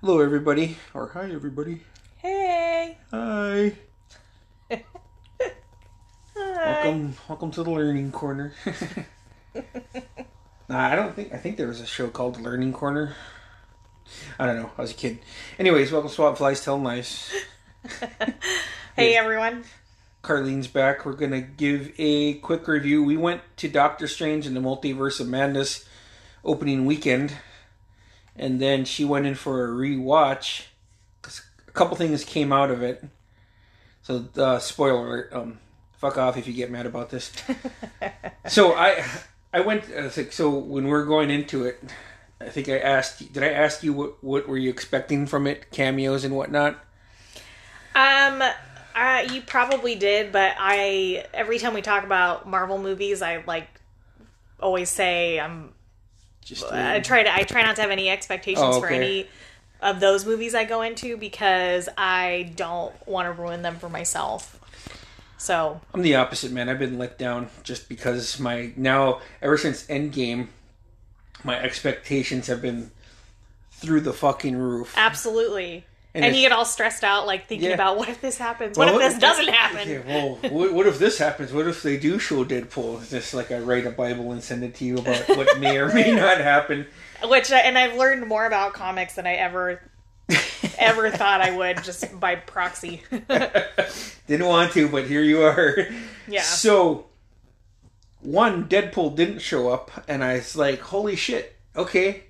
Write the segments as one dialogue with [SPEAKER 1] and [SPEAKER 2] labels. [SPEAKER 1] Hello, everybody, or hi, everybody.
[SPEAKER 2] Hey.
[SPEAKER 1] Hi.
[SPEAKER 2] Hi.
[SPEAKER 1] Welcome, welcome to the Learning Corner. nah, I don't think I think there was a show called Learning Corner. I don't know. I was a kid. Anyways, welcome to Swap Flies Tell Lies.
[SPEAKER 2] hey everyone.
[SPEAKER 1] Carlene's back. We're gonna give a quick review. We went to Doctor Strange and the Multiverse of Madness opening weekend, and then she went in for a rewatch 'cause a couple things came out of it. So, uh, spoiler alert. Um, fuck off if you get mad about this. so I, I went. I was like, so when we're going into it, I think I asked. Did I ask you what what were you expecting from it? Cameos and whatnot.
[SPEAKER 2] Um uh, you probably did, but I every time we talk about Marvel movies, I like always say I'm
[SPEAKER 1] Just
[SPEAKER 2] I try to I try not to have any expectations
[SPEAKER 1] Oh,
[SPEAKER 2] for
[SPEAKER 1] okay.
[SPEAKER 2] any of those movies I go into because I don't want to ruin them for myself. So,
[SPEAKER 1] I'm the opposite, man. I've been let down just because my now ever since Endgame, my expectations have been through the fucking roof.
[SPEAKER 2] absolutely.
[SPEAKER 1] And
[SPEAKER 2] And,
[SPEAKER 1] it's-
[SPEAKER 2] you get all stressed out, like thinking
[SPEAKER 1] Yeah.
[SPEAKER 2] about what if this happens?
[SPEAKER 1] Well,
[SPEAKER 2] what if this doesn't happen?
[SPEAKER 1] Yeah, well, what, what if this happens? What if they do show Deadpool? It's just like I write a Bible and send it to you about what may or may not happen.
[SPEAKER 2] which I- and I've learned more about comics than I ever ever thought I would just by proxy.
[SPEAKER 1] Didn't want to, but here you are.
[SPEAKER 2] yeah.
[SPEAKER 1] So, one, Deadpool didn't show up, and I was like, holy shit, okay.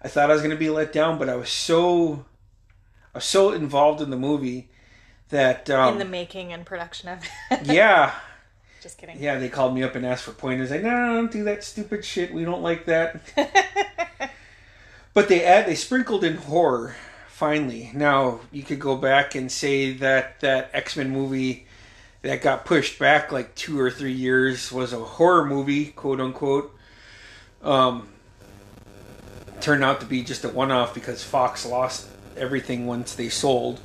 [SPEAKER 1] I thought I was going to be let down, but I was so. I was so involved in the movie that. Um,
[SPEAKER 2] in the making and production of it.
[SPEAKER 1] yeah,
[SPEAKER 2] just kidding.
[SPEAKER 1] yeah, they called me up and asked for pointers. Like, no, no, no, don't do that stupid shit. We don't like that. but they add, they sprinkled in horror. Finally, now you could go back and say that that X Men movie that got pushed back like two or three years was a horror movie, quote unquote. Um, turned out to be just a one off because Fox lost everything once they sold.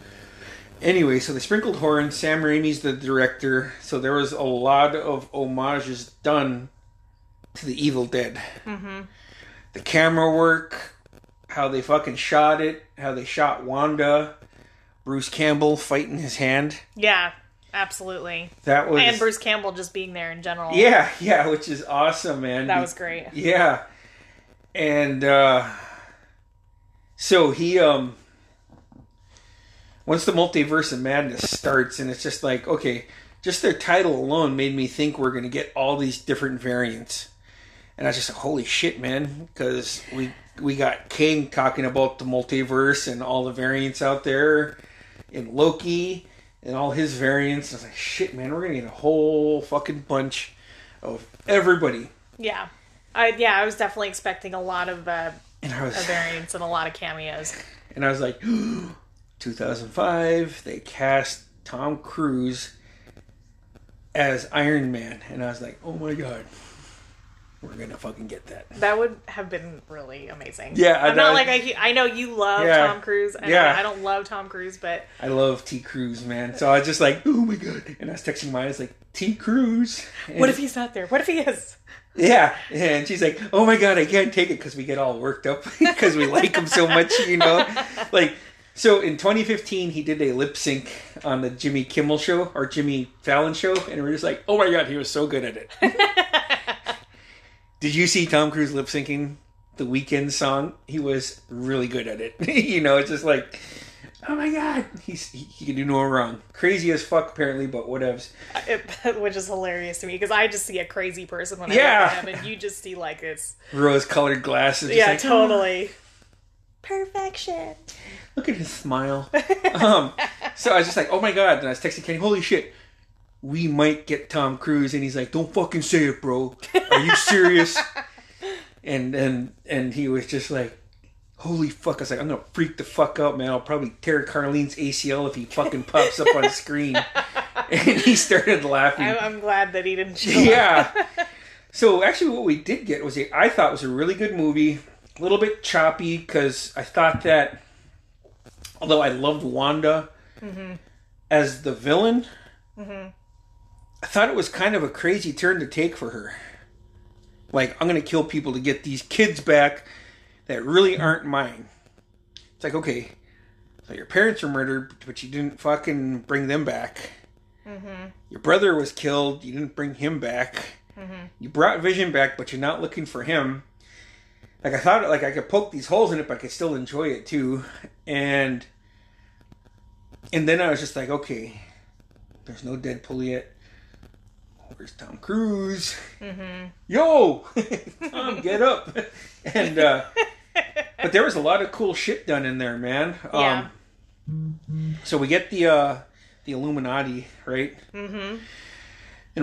[SPEAKER 1] Anyway, so they sprinkled horror in. Sam Raimi's the director, so there was a lot of homages done to the Evil Dead.
[SPEAKER 2] hmm
[SPEAKER 1] The camera work, how they fucking shot it, how they shot Wanda, Bruce Campbell fighting his hand.
[SPEAKER 2] Yeah, absolutely.
[SPEAKER 1] That was
[SPEAKER 2] And Bruce Campbell just being there in general.
[SPEAKER 1] Yeah, yeah, which is awesome, man.
[SPEAKER 2] That was great.
[SPEAKER 1] Yeah. And uh so he um once the multiverse of madness starts and it's just like, okay, just their title alone made me think we're going to get all these different variants. And I was just like, holy shit, man, cuz we we got King talking about the multiverse and all the variants out there and Loki and all his variants. I was like, shit, man, we're going to get a whole fucking bunch of everybody.
[SPEAKER 2] Yeah. I, yeah, I was definitely expecting a lot of uh,
[SPEAKER 1] And I was
[SPEAKER 2] of variants and a lot of cameos.
[SPEAKER 1] And I was like, 2005, they cast Tom Cruise as Iron Man. And I was like, oh my God, we're going to fucking get that.
[SPEAKER 2] That would have been really amazing.
[SPEAKER 1] Yeah, I-
[SPEAKER 2] I'm not
[SPEAKER 1] I-
[SPEAKER 2] like I, I know you love
[SPEAKER 1] Yeah.
[SPEAKER 2] Tom Cruise. And
[SPEAKER 1] Yeah.
[SPEAKER 2] I don't love Tom Cruise, but
[SPEAKER 1] I love T. Cruise, man. So I was just like, oh my God. And I was texting mine, I was like, T. Cruise. And-
[SPEAKER 2] what if he's not there? What if he is?
[SPEAKER 1] Yeah. And she's like, oh my God, I can't take it because we get all worked up because we like him so much, you know? Like, so in 2015, he did a lip sync on the Jimmy Kimmel show or Jimmy Fallon show. And we're just like, oh my God, he was so good at it. Did you see Tom Cruise lip syncing the weekend song? He was really good at it. you know, it's just like, oh my god, he's he, he can do no wrong. Crazy as fuck, apparently, but whatevs.
[SPEAKER 2] It- which is hilarious to me because I just see a crazy person when I
[SPEAKER 1] Yeah.
[SPEAKER 2] look at him, and you just see like this.
[SPEAKER 1] Rose-colored glasses. just
[SPEAKER 2] yeah,
[SPEAKER 1] like, "Hmm."
[SPEAKER 2] totally. Perfection.
[SPEAKER 1] Look at his smile. um, so I was just like, oh my god. And I was texting Kenny, holy shit, we might get Tom Cruise. And he's like, don't fucking say it, bro. Are you serious? and and and he was just like, holy fuck. I was like, I'm gonna freak the fuck out, man. I'll probably tear Carlene's ACL if he fucking pops up on screen. and he started laughing.
[SPEAKER 2] I, I'm glad that he didn't show up.
[SPEAKER 1] yeah. So actually, what we did get was a, I thought was a really good movie. A little bit choppy because I thought that, although I loved Wanda as the villain, I thought it was kind of a crazy turn to take for her. Like I'm going to kill people to get these kids back that really aren't mine. It's like okay, so your parents were murdered, but you didn't fucking bring them back. Your brother was killed. You didn't bring him back you brought Vision back, but you're not looking for him. Like I thought, like I could poke these holes in it, but I could still enjoy it too. And and then I was just like, okay, there's no Deadpool yet. Where's Tom Cruise? Yo, Tom, get up! And uh, but there was a lot of cool shit done in there, man.
[SPEAKER 2] Yeah.
[SPEAKER 1] Um, so we get the uh, the Illuminati, right? And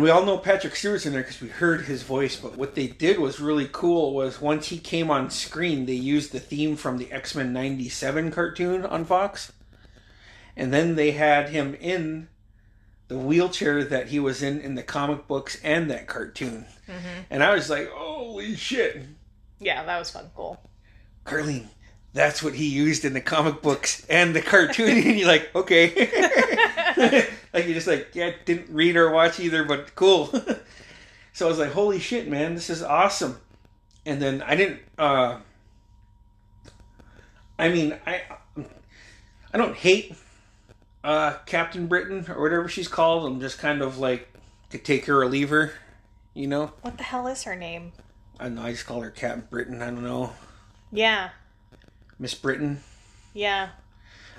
[SPEAKER 1] we all know Patrick Stewart's in there because we heard his voice. But what they did was really cool. Was once he came on screen, they used the theme from the X Men '97 cartoon on Fox, and then they had him in the wheelchair that he was in in the comic books and that cartoon. And I was like, "Holy shit,
[SPEAKER 2] Yeah, that was fun. Cool.
[SPEAKER 1] Carlene!" That's what he used in the comic books and the cartoon, and you're like, okay. like you're just like, yeah, didn't read or watch either, but cool. so I was like, holy shit, man, this is awesome. And then I didn't. uh I mean, I I don't hate uh Captain Britain or whatever she's called. I'm just kind of like could take her or leave her, you know.
[SPEAKER 2] What the hell is her name?
[SPEAKER 1] I don't know. I just call her Captain Britain. I don't know
[SPEAKER 2] Yeah,
[SPEAKER 1] Miss Britain.
[SPEAKER 2] yeah,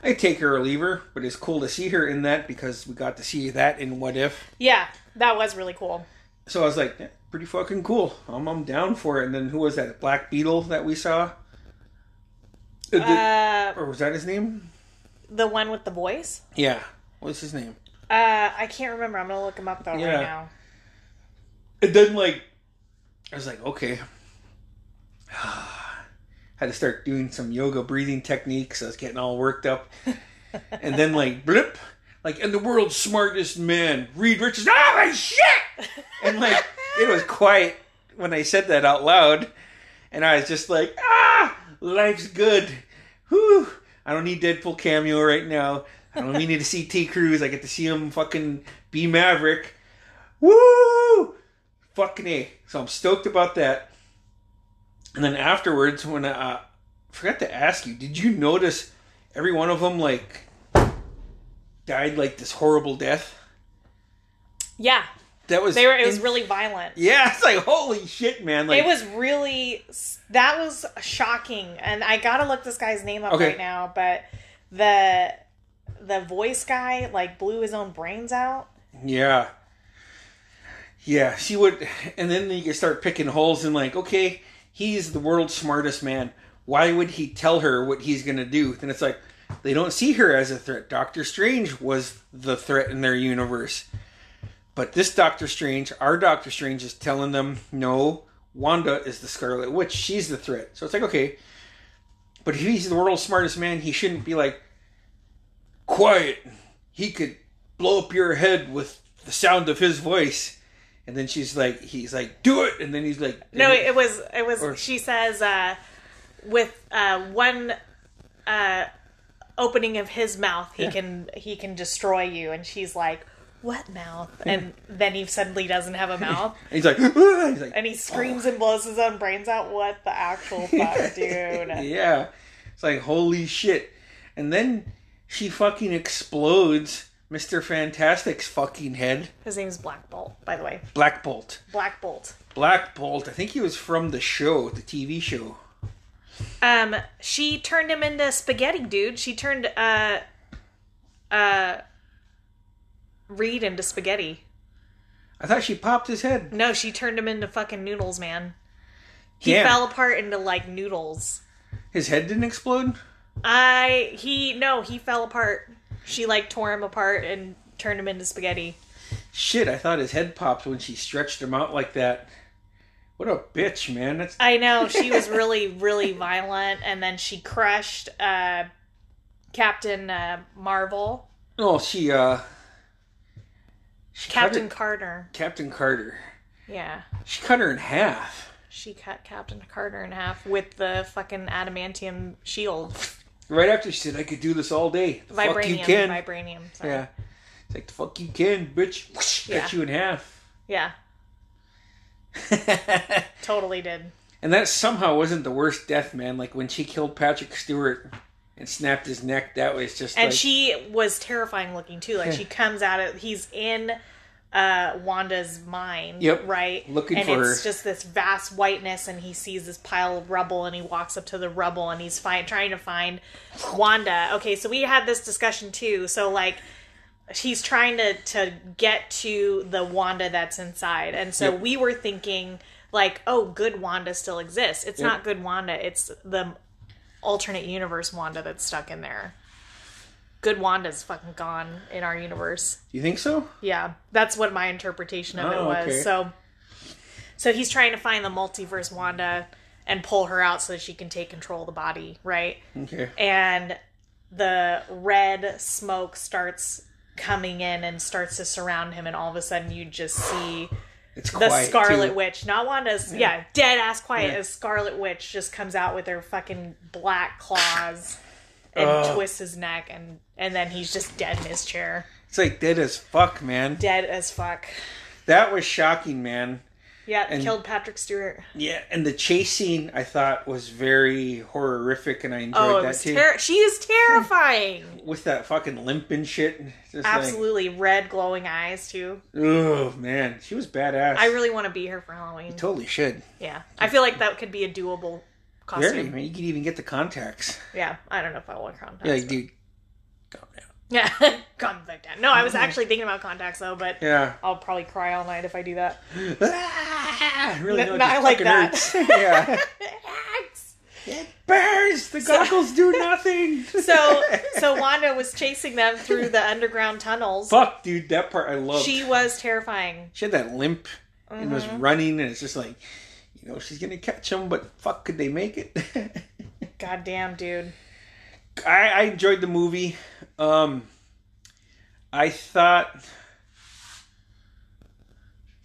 [SPEAKER 1] I take her or leave her, but it's cool to see her in that because we got to see that in What If.
[SPEAKER 2] yeah. That was really cool.
[SPEAKER 1] So I was like, yeah, pretty fucking cool. I'm, I'm down for it. And then who was that? Black Beetle that we saw? Uh, the-
[SPEAKER 2] Uh,
[SPEAKER 1] or was that his name?
[SPEAKER 2] the one with the voice.
[SPEAKER 1] Yeah. What's his name?
[SPEAKER 2] Uh, I can't remember. I'm gonna look him up though
[SPEAKER 1] Yeah.
[SPEAKER 2] right now.
[SPEAKER 1] And then, like, I was like, okay. Had to start doing some yoga breathing techniques. I was getting all worked up. and then, like, blip. Like, and the world's smartest man, Reed Richards. Ah, my shit! And, like, it was quiet when I said that out loud. And I was just like, ah, life's good. Whew. I don't need Deadpool cameo right now. I don't need to see T. Cruz. I get to see him fucking be Maverick. Woo! Fucking A. So I'm stoked about that. And then afterwards, when I uh, forgot to ask you, did you notice every one of them, like, died, like, this horrible death?
[SPEAKER 2] Yeah,
[SPEAKER 1] That was.
[SPEAKER 2] they were. It was
[SPEAKER 1] in-
[SPEAKER 2] really violent.
[SPEAKER 1] Yeah, it's like, holy shit, man. Like,
[SPEAKER 2] It was really that was shocking, and I gotta look this guy's name up
[SPEAKER 1] Okay.
[SPEAKER 2] right now. But the the voice guy like blew his own brains out.
[SPEAKER 1] Yeah. Yeah, she would, and then you could start picking holes and like, okay, he's the world's smartest man. Why would he tell her what he's gonna do? Then it's like, they don't see her as a threat. Doctor Strange was the threat in their universe, but this Doctor Strange, our Doctor Strange, is telling them no. Wanda is the Scarlet Witch. She's the threat. So it's like, okay, but if he's the world's smartest man, he shouldn't be like, quiet. He could blow up your head with the sound of his voice. And then she's like, he's like, do it. And then he's like,
[SPEAKER 2] No, it was it was.
[SPEAKER 1] Or-
[SPEAKER 2] she says uh, with uh, one uh, opening of his mouth, he
[SPEAKER 1] Yeah.
[SPEAKER 2] can he can destroy you, and she's like, "What mouth?" And then he suddenly doesn't have a mouth,
[SPEAKER 1] And he's like, "Ah," he's like,
[SPEAKER 2] and he screams and blows his own brains out. What the actual fuck, dude?
[SPEAKER 1] yeah. It's like, holy shit. And then she fucking explodes Mr. Fantastic's fucking head.
[SPEAKER 2] His name's Black Bolt, by the way.
[SPEAKER 1] Black Bolt.
[SPEAKER 2] Black Bolt.
[SPEAKER 1] Black Bolt, I think he was from the show, the TV show.
[SPEAKER 2] Um, she turned him into spaghetti, dude. She turned uh, uh, Reed into spaghetti.
[SPEAKER 1] I thought she popped his head.
[SPEAKER 2] No, she turned him into fucking noodles, man. He
[SPEAKER 1] Damn.
[SPEAKER 2] fell apart into like noodles.
[SPEAKER 1] His head didn't explode?
[SPEAKER 2] I he no, he fell apart. She like tore him apart and turned him into spaghetti.
[SPEAKER 1] Shit, I thought his head popped when she stretched him out like that. What a bitch, man. That's
[SPEAKER 2] I know she was really really violent and then she crushed uh Captain uh Marvel.
[SPEAKER 1] No, she uh oh, She cut
[SPEAKER 2] Captain
[SPEAKER 1] her-
[SPEAKER 2] Carter.
[SPEAKER 1] Captain Carter.
[SPEAKER 2] Yeah.
[SPEAKER 1] She cut her in half.
[SPEAKER 2] She cut Captain Carter in half with the fucking adamantium shield.
[SPEAKER 1] Right after she said, "I could do this all day." The fuck you
[SPEAKER 2] Vibranium.
[SPEAKER 1] can.
[SPEAKER 2] Vibranium. Sorry.
[SPEAKER 1] yeah. It's like the fuck you can, bitch. Whoosh,
[SPEAKER 2] Yeah.
[SPEAKER 1] Cut you in half.
[SPEAKER 2] Yeah, Totally did.
[SPEAKER 1] and that somehow wasn't the worst death, man. Like when she killed Patrick Stewart and snapped his neck. That was just
[SPEAKER 2] And
[SPEAKER 1] like
[SPEAKER 2] she was terrifying looking too. Like she comes out of he's in uh Wanda's mind.
[SPEAKER 1] Yep.
[SPEAKER 2] Right.
[SPEAKER 1] Looking
[SPEAKER 2] and
[SPEAKER 1] for
[SPEAKER 2] it's
[SPEAKER 1] her.
[SPEAKER 2] just this vast whiteness and he sees this pile of rubble and he walks up to the rubble and he's fi- trying to find Wanda. Okay, so we had this discussion too. So like he's trying to to get to the Wanda that's inside. And so
[SPEAKER 1] Yep.
[SPEAKER 2] we were thinking like, oh, good Wanda still exists. It's not good Wanda. It's the alternate universe Wanda that's stuck in there. Good Wanda's fucking gone in our universe.
[SPEAKER 1] Do you think so?
[SPEAKER 2] Yeah, that's what my interpretation of it
[SPEAKER 1] Oh,
[SPEAKER 2] was.
[SPEAKER 1] okay.
[SPEAKER 2] So, so he's trying to find the multiverse Wanda and pull her out so that she can take control of the body, right?
[SPEAKER 1] Okay.
[SPEAKER 2] And the red smoke starts coming in and starts to surround him, and all of a sudden you just see
[SPEAKER 1] It's
[SPEAKER 2] the
[SPEAKER 1] quiet.
[SPEAKER 2] Scarlet
[SPEAKER 1] too.
[SPEAKER 2] Witch, not Wanda's. Yeah, dead ass quiet.
[SPEAKER 1] Yeah.
[SPEAKER 2] As Scarlet Witch just comes out with her fucking black claws and
[SPEAKER 1] Ugh.
[SPEAKER 2] twists his neck, and and then he's just dead in his chair,
[SPEAKER 1] It's like dead as fuck, man.
[SPEAKER 2] dead as fuck.
[SPEAKER 1] That was shocking, man.
[SPEAKER 2] Yeah, killed Patrick Stewart.
[SPEAKER 1] Yeah, and the chase scene I thought was very horrific, and I enjoyed
[SPEAKER 2] Oh, it
[SPEAKER 1] that
[SPEAKER 2] was
[SPEAKER 1] too.
[SPEAKER 2] ter- she is terrifying.
[SPEAKER 1] With that fucking limp and shit. Just
[SPEAKER 2] Absolutely red glowing eyes too.
[SPEAKER 1] Like, oh man, she was badass.
[SPEAKER 2] I really want to be her for Halloween.
[SPEAKER 1] totally should.
[SPEAKER 2] Yeah, I feel like that could be a doable costume.
[SPEAKER 1] Very, man. You could even get the contacts.
[SPEAKER 2] Yeah, I don't know if I want contacts.
[SPEAKER 1] Yeah, like, dude. calm down.
[SPEAKER 2] Yeah, come back down. No, I was actually thinking about contacts though, but
[SPEAKER 1] Yeah.
[SPEAKER 2] I'll probably cry all night if I do that.
[SPEAKER 1] Ah, really,
[SPEAKER 2] N-
[SPEAKER 1] no, it
[SPEAKER 2] not
[SPEAKER 1] just
[SPEAKER 2] like
[SPEAKER 1] fucking
[SPEAKER 2] that.
[SPEAKER 1] hurts. yeah. It burns. The goggles do nothing.
[SPEAKER 2] so, so Wanda was chasing them through the underground tunnels.
[SPEAKER 1] fuck, dude. That part I love.
[SPEAKER 2] She Uh-huh. was terrifying.
[SPEAKER 1] she had that limp and was running, and it's just like, you know, she's gonna catch him, but fuck, could they make it?
[SPEAKER 2] Goddamn, dude.
[SPEAKER 1] I, I enjoyed the movie. Um, I thought,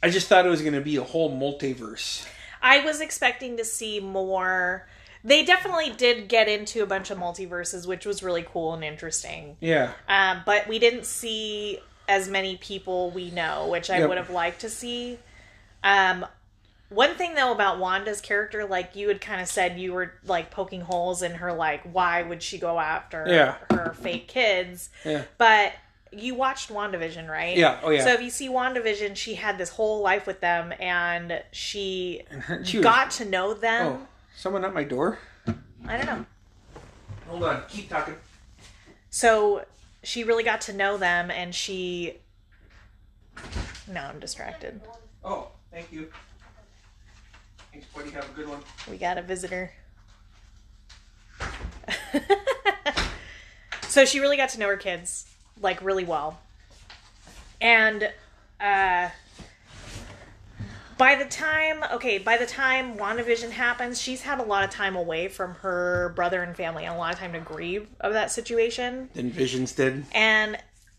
[SPEAKER 1] I just thought it was gonna be a whole multiverse.
[SPEAKER 2] I was expecting to see more. They definitely did get into a bunch of multiverses, which was really cool and interesting.
[SPEAKER 1] Yeah,
[SPEAKER 2] Um, but we didn't see as many people we know, which I
[SPEAKER 1] Yep.
[SPEAKER 2] would have liked to see. Um, one thing though about Wanda's character, like you had kind of said, you were like poking holes in her, like why would she go after
[SPEAKER 1] Yeah.
[SPEAKER 2] her fake kids?
[SPEAKER 1] yeah,
[SPEAKER 2] But you watched WandaVision, right?
[SPEAKER 1] yeah. Oh yeah.
[SPEAKER 2] So if you see WandaVision, she had this whole life with them, and she
[SPEAKER 1] she was-
[SPEAKER 2] got to know them.
[SPEAKER 1] oh, someone at my door.
[SPEAKER 2] I don't know.
[SPEAKER 1] Hold on, keep talking.
[SPEAKER 2] So she really got to know them, and she. No, I'm distracted.
[SPEAKER 1] Oh, thank you. Thanks, buddy. Have a good one.
[SPEAKER 2] We got a visitor. so she really got to know her kids, like, really well. And uh, by the time, okay, by the time WandaVision happens, she's had a lot of time away from her brother and family and a lot of time to grieve of that situation.
[SPEAKER 1] Then Visions did.
[SPEAKER 2] and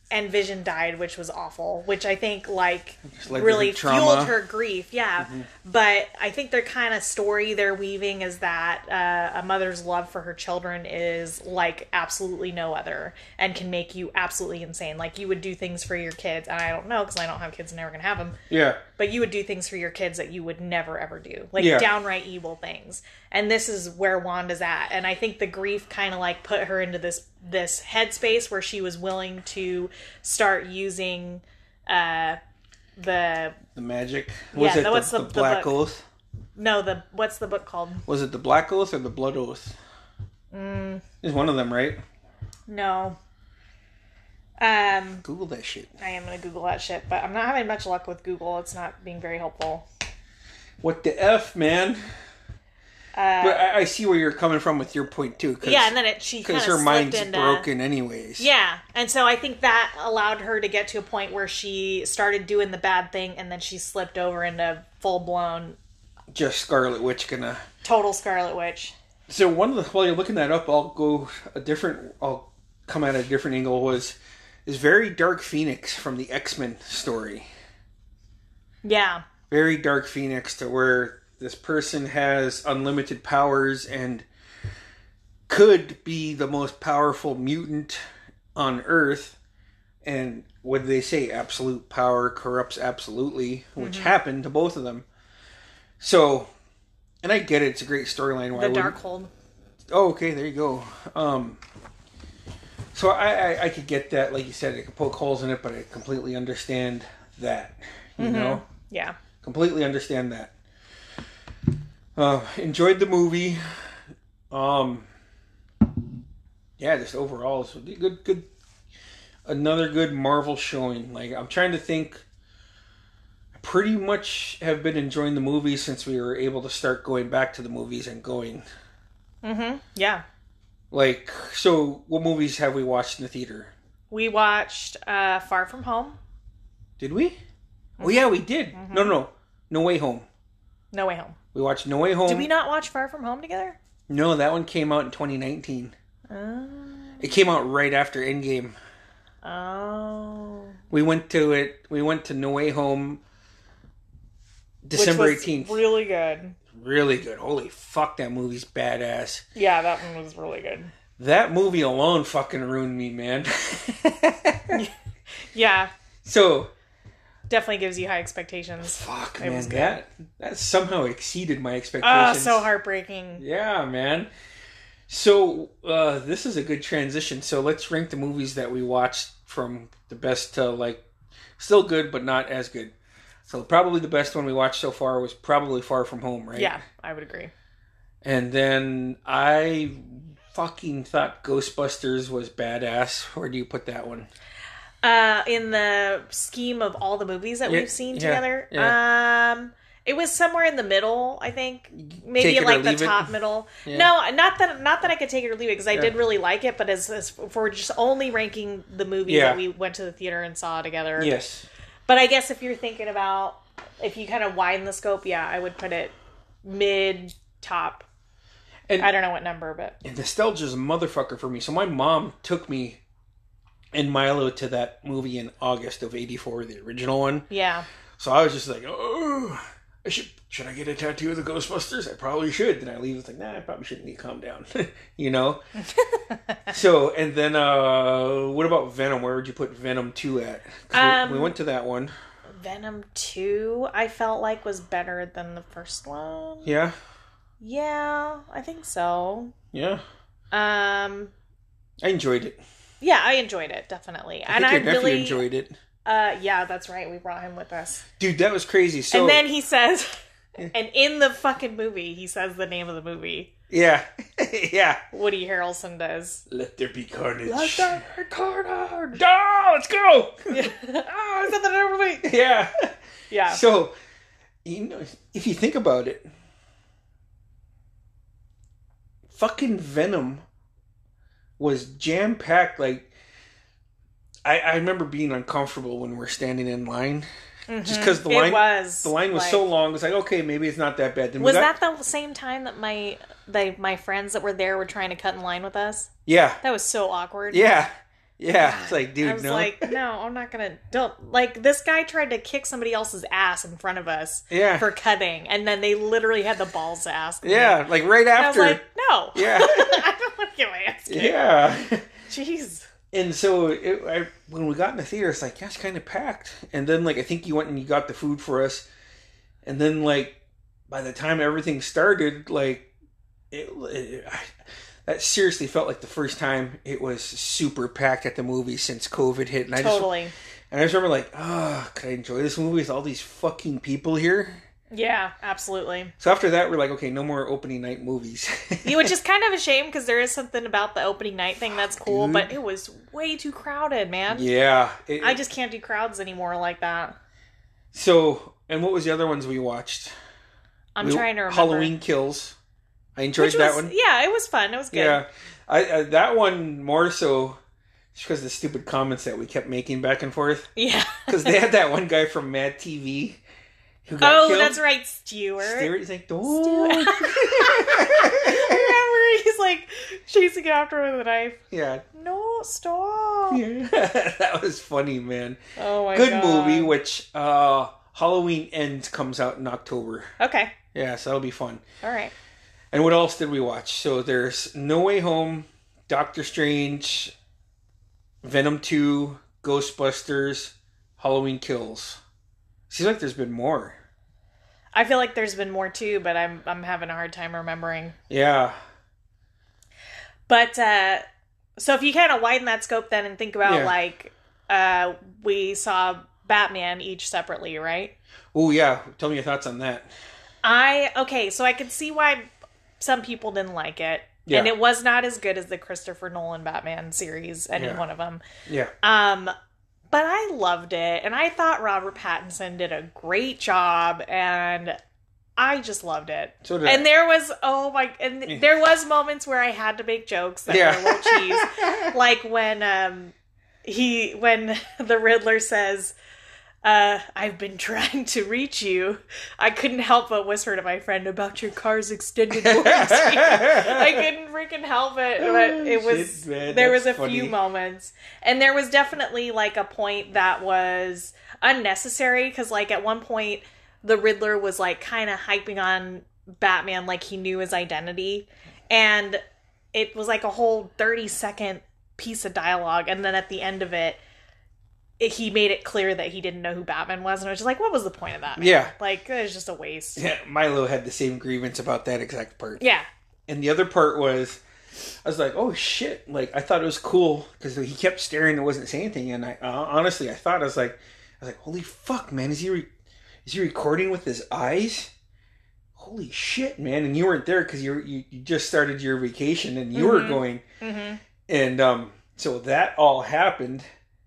[SPEAKER 2] and Vision died, which was awful, which I think like
[SPEAKER 1] Just like
[SPEAKER 2] really
[SPEAKER 1] the trauma. Mm-hmm.
[SPEAKER 2] fueled her grief. Yeah, but I think their kind of story they're weaving is that uh, a mother's love for her children is like absolutely no other, and can make you absolutely insane. Like you would do things for your kids, and I don't know because I don't have kids and never gonna have them
[SPEAKER 1] Yeah.
[SPEAKER 2] but you would do things for your kids that you would never ever do like
[SPEAKER 1] Yeah.
[SPEAKER 2] downright evil things and this is where wanda's at and i think the grief kind of like put her into this this headspace where she was willing to start using uh the
[SPEAKER 1] The magic.
[SPEAKER 2] Yeah, that was the- the
[SPEAKER 1] Black
[SPEAKER 2] book.
[SPEAKER 1] Oath?
[SPEAKER 2] no the what's the book called
[SPEAKER 1] Was it the Black Oath or the Blood Oath? There's Mm. one of them, right?
[SPEAKER 2] no um
[SPEAKER 1] Google that shit.
[SPEAKER 2] i am gonna google that shit but i'm not having much luck with google it's not being very helpful
[SPEAKER 1] What the f, man?
[SPEAKER 2] uh
[SPEAKER 1] But I, I see where you're coming from with your point too, because
[SPEAKER 2] yeah and then it she kind of
[SPEAKER 1] her mind's
[SPEAKER 2] into,
[SPEAKER 1] broken anyways.
[SPEAKER 2] Yeah. And so I think that allowed her to get to a point where she started doing the bad thing and then she slipped over into full blown
[SPEAKER 1] Just Scarlet Witch gonna.
[SPEAKER 2] total Scarlet Witch.
[SPEAKER 1] So one of the while you're looking that up, I'll go a different. I'll come at a different angle. Was is very Dark Phoenix from the X Men story.
[SPEAKER 2] Yeah.
[SPEAKER 1] Very Dark Phoenix to where this person has unlimited powers and could be the most powerful mutant on Earth. And what do they say? Absolute power corrupts absolutely, which
[SPEAKER 2] Mm-hmm.
[SPEAKER 1] happened to both of them. So, and I get it. It's a great storyline. Why
[SPEAKER 2] The
[SPEAKER 1] wouldn't-
[SPEAKER 2] dark hold.
[SPEAKER 1] Oh, okay, there you go. Um, so I, I I could get that, like you said, it could poke holes in it, but I completely understand that. You
[SPEAKER 2] Mm-hmm.
[SPEAKER 1] know,
[SPEAKER 2] Yeah.
[SPEAKER 1] completely understand that. Uh, enjoyed the movie. Um, yeah, just overall, so good, good. Another good Marvel showing. Like I'm trying to think. I pretty much have been enjoying the movies since we were able to start going back to the movies and going.
[SPEAKER 2] Mm-hmm. Yeah.
[SPEAKER 1] Like, so what movies have we watched in the theater?
[SPEAKER 2] We watched uh Far From Home,
[SPEAKER 1] Did we? Oh yeah, we did.
[SPEAKER 2] Mm-hmm.
[SPEAKER 1] No, no, no, No Way Home.
[SPEAKER 2] No Way Home.
[SPEAKER 1] We watched No Way Home.
[SPEAKER 2] Did we not watch Far From Home together?
[SPEAKER 1] No, that one came out in 2019.
[SPEAKER 2] Oh.
[SPEAKER 1] It came out right after Endgame.
[SPEAKER 2] Oh.
[SPEAKER 1] We went to it. We went to No Way Home. December
[SPEAKER 2] Which was
[SPEAKER 1] 18th.
[SPEAKER 2] Really good.
[SPEAKER 1] really good. Holy fuck, that movie's badass.
[SPEAKER 2] Yeah, that one was really good.
[SPEAKER 1] That movie alone fucking ruined me, man.
[SPEAKER 2] Yeah,
[SPEAKER 1] so
[SPEAKER 2] definitely gives you high expectations.
[SPEAKER 1] fuck,
[SPEAKER 2] It was
[SPEAKER 1] man.
[SPEAKER 2] good.
[SPEAKER 1] That that somehow exceeded my
[SPEAKER 2] Oh,
[SPEAKER 1] expectations.
[SPEAKER 2] so heartbreaking.
[SPEAKER 1] Yeah, man. So uh, this is a good transition. So let's rank the movies that we watched from the best to like still good but not as good. So probably the best one we watched so far was probably Far From Home, right?
[SPEAKER 2] Yeah, I would agree.
[SPEAKER 1] And then I fucking thought Ghostbusters was badass. Where do you put that one?
[SPEAKER 2] Uh, in the scheme of all the movies that
[SPEAKER 1] Yeah,
[SPEAKER 2] we've seen
[SPEAKER 1] yeah,
[SPEAKER 2] together, um, it was somewhere in the middle. I think maybe
[SPEAKER 1] Take it or
[SPEAKER 2] like the
[SPEAKER 1] leave it?
[SPEAKER 2] top middle.
[SPEAKER 1] Yeah.
[SPEAKER 2] No, not that not that I could take it or leave it because I
[SPEAKER 1] Yeah.
[SPEAKER 2] did really like it. But as, as if we're just only ranking the movies
[SPEAKER 1] Yeah.
[SPEAKER 2] that we went to the theater and saw together,
[SPEAKER 1] Yes.
[SPEAKER 2] But I guess if you're thinking about if you kind of widen the scope, yeah, I would put it mid top.
[SPEAKER 1] And-
[SPEAKER 2] I don't know what number, but
[SPEAKER 1] And nostalgia's a motherfucker for me. So my mom took me and Milo to that movie in August of '84, the original one.
[SPEAKER 2] yeah,
[SPEAKER 1] So I was just like, oh, I should should I get a tattoo of the Ghostbusters? I probably should. Then I leave. It's like, nah, I probably shouldn't. You calm down, you know. so and then uh what about Venom? Where would you put Venom two at? 'Cause
[SPEAKER 2] Um,
[SPEAKER 1] we, we went to that one.
[SPEAKER 2] Venom Two I felt like was better than the first one.
[SPEAKER 1] Yeah,
[SPEAKER 2] Yeah, I think so.
[SPEAKER 1] yeah.
[SPEAKER 2] Um,
[SPEAKER 1] I enjoyed it.
[SPEAKER 2] yeah, I enjoyed it definitely,
[SPEAKER 1] I
[SPEAKER 2] and
[SPEAKER 1] think
[SPEAKER 2] I
[SPEAKER 1] your nephew
[SPEAKER 2] really
[SPEAKER 1] enjoyed it.
[SPEAKER 2] Uh, yeah, that's right. We brought him with us,
[SPEAKER 1] Dude, that was crazy. So
[SPEAKER 2] and then he says, and in the fucking movie, he says the name of the movie.
[SPEAKER 1] yeah, yeah.
[SPEAKER 2] Woody Harrelson does.
[SPEAKER 1] Let there be carnage.
[SPEAKER 2] Let there
[SPEAKER 1] be carnage. Oh, let's go.
[SPEAKER 2] Yeah. oh, I said that over me.
[SPEAKER 1] yeah.
[SPEAKER 2] Yeah.
[SPEAKER 1] So, you know, if you think about it, fucking Venom was jam packed. Like, I, I remember being uncomfortable when we're standing in line, just because the
[SPEAKER 2] Mm-hmm. it
[SPEAKER 1] line
[SPEAKER 2] was
[SPEAKER 1] the line was
[SPEAKER 2] like-
[SPEAKER 1] so long. It's like, okay, maybe it's not that bad. Then we
[SPEAKER 2] Was
[SPEAKER 1] got-
[SPEAKER 2] that the same time that my the, my friends that were there were trying to cut in line with us?
[SPEAKER 1] Yeah,
[SPEAKER 2] That was so awkward.
[SPEAKER 1] yeah, yeah. It's like, dude,
[SPEAKER 2] I was
[SPEAKER 1] no,
[SPEAKER 2] like, no, I'm not gonna don't like this guy tried to kick somebody else's ass in front of us
[SPEAKER 1] yeah,
[SPEAKER 2] for cutting, and then they literally had the balls to ask. me.
[SPEAKER 1] yeah, like right
[SPEAKER 2] And I was
[SPEAKER 1] after,
[SPEAKER 2] like, no,
[SPEAKER 1] Yeah.
[SPEAKER 2] I don't want to get my ass kicked.
[SPEAKER 1] yeah.
[SPEAKER 2] Jeez,
[SPEAKER 1] and so it, I, when we got in the theater, it's like, yeah, it's kind of packed. And then, like, I think you went and you got the food for us. And then, like, by the time everything started, like, it, it I, that seriously felt like the first time it was super packed at the movie since COVID hit. And I just,
[SPEAKER 2] totally.
[SPEAKER 1] and I just remember, like, ah, could I enjoy this movie with all these fucking people here?
[SPEAKER 2] Yeah, absolutely.
[SPEAKER 1] So after that, we're like, okay, no more opening night movies.
[SPEAKER 2] Yeah, Which is kind of a shame because there is something about the opening night thing that's cool,
[SPEAKER 1] Dude.
[SPEAKER 2] but it was way too crowded, man.
[SPEAKER 1] yeah. It-
[SPEAKER 2] I just can't do crowds anymore like that.
[SPEAKER 1] so, and what was the other ones we watched?
[SPEAKER 2] I'm
[SPEAKER 1] We-
[SPEAKER 2] trying to remember.
[SPEAKER 1] Halloween Kills. I enjoyed
[SPEAKER 2] Which
[SPEAKER 1] that
[SPEAKER 2] was-
[SPEAKER 1] one.
[SPEAKER 2] Yeah, it was fun. It was good.
[SPEAKER 1] Yeah, I, I that one more so just because the stupid comments that we kept making back and forth.
[SPEAKER 2] Yeah.
[SPEAKER 1] Because they had that one guy from Mad TV who got
[SPEAKER 2] Oh,
[SPEAKER 1] killed.
[SPEAKER 2] that's right, Stewart.
[SPEAKER 1] Stewart's like, don't.
[SPEAKER 2] Remember, he's like chasing after her with a knife.
[SPEAKER 1] yeah,
[SPEAKER 2] No, stop. Michael.
[SPEAKER 1] Yeah. that was funny, man.
[SPEAKER 2] Oh my
[SPEAKER 1] Good
[SPEAKER 2] god.
[SPEAKER 1] movie, which uh, Halloween Ends comes out in October.
[SPEAKER 2] Okay.
[SPEAKER 1] Yeah, so that'll be fun.
[SPEAKER 2] All right.
[SPEAKER 1] And what else did we watch? So there's No Way Home, Doctor Strange, Venom 2, Ghostbusters, Halloween Kills. Seems like there's been more.
[SPEAKER 2] I feel like there's been more too, but I'm I'm having a hard time remembering.
[SPEAKER 1] Yeah.
[SPEAKER 2] But uh so if you kind of widen that scope then and think about
[SPEAKER 1] Yeah.
[SPEAKER 2] like uh we saw Batman each separately, right?
[SPEAKER 1] Oh, yeah. Tell me your thoughts on that.
[SPEAKER 2] I okay, so I could see why some people didn't like it.
[SPEAKER 1] Yeah.
[SPEAKER 2] And it was not as good as the Christopher Nolan Batman series, any
[SPEAKER 1] Yeah.
[SPEAKER 2] one of them.
[SPEAKER 1] Yeah.
[SPEAKER 2] Um, but I loved it, and I thought Robert Pattinson did a great job, and I just loved it.
[SPEAKER 1] So did I.
[SPEAKER 2] And there was oh my, and
[SPEAKER 1] Yeah.
[SPEAKER 2] there was moments where I had to make jokes that
[SPEAKER 1] Yeah.
[SPEAKER 2] were a little cheese, like when um he when the Riddler says. Uh, I've been trying to reach you. I couldn't help but whisper to my friend about your car's extended warranty. I couldn't freaking help it, but it was
[SPEAKER 1] Oh, Shit, man,
[SPEAKER 2] there was a
[SPEAKER 1] that's
[SPEAKER 2] few
[SPEAKER 1] funny.
[SPEAKER 2] moments, and there was definitely like a point that was unnecessary because like at one point the Riddler was like kind of hyping on Batman like he knew his identity, and it was like a whole thirty second piece of dialogue, and then at the end of it. It, he made it clear that he didn't know who Batman was, and I was just like, "What was the point of that?" man?
[SPEAKER 1] Yeah.
[SPEAKER 2] like it was just a waste.
[SPEAKER 1] Yeah, Milo had the same grievance about that exact part.
[SPEAKER 2] Yeah,
[SPEAKER 1] And the other part was, I was like, oh shit! Like I thought it was cool because he kept staring and wasn't saying anything. And I uh, honestly, I thought I was like, I was like, holy fuck, man! Is he re- is he recording with his eyes? Holy shit, man! And you weren't there because you, were- you you just started your vacation and you were
[SPEAKER 2] Mhm.
[SPEAKER 1] going.
[SPEAKER 2] hmm
[SPEAKER 1] And um, so that all happened,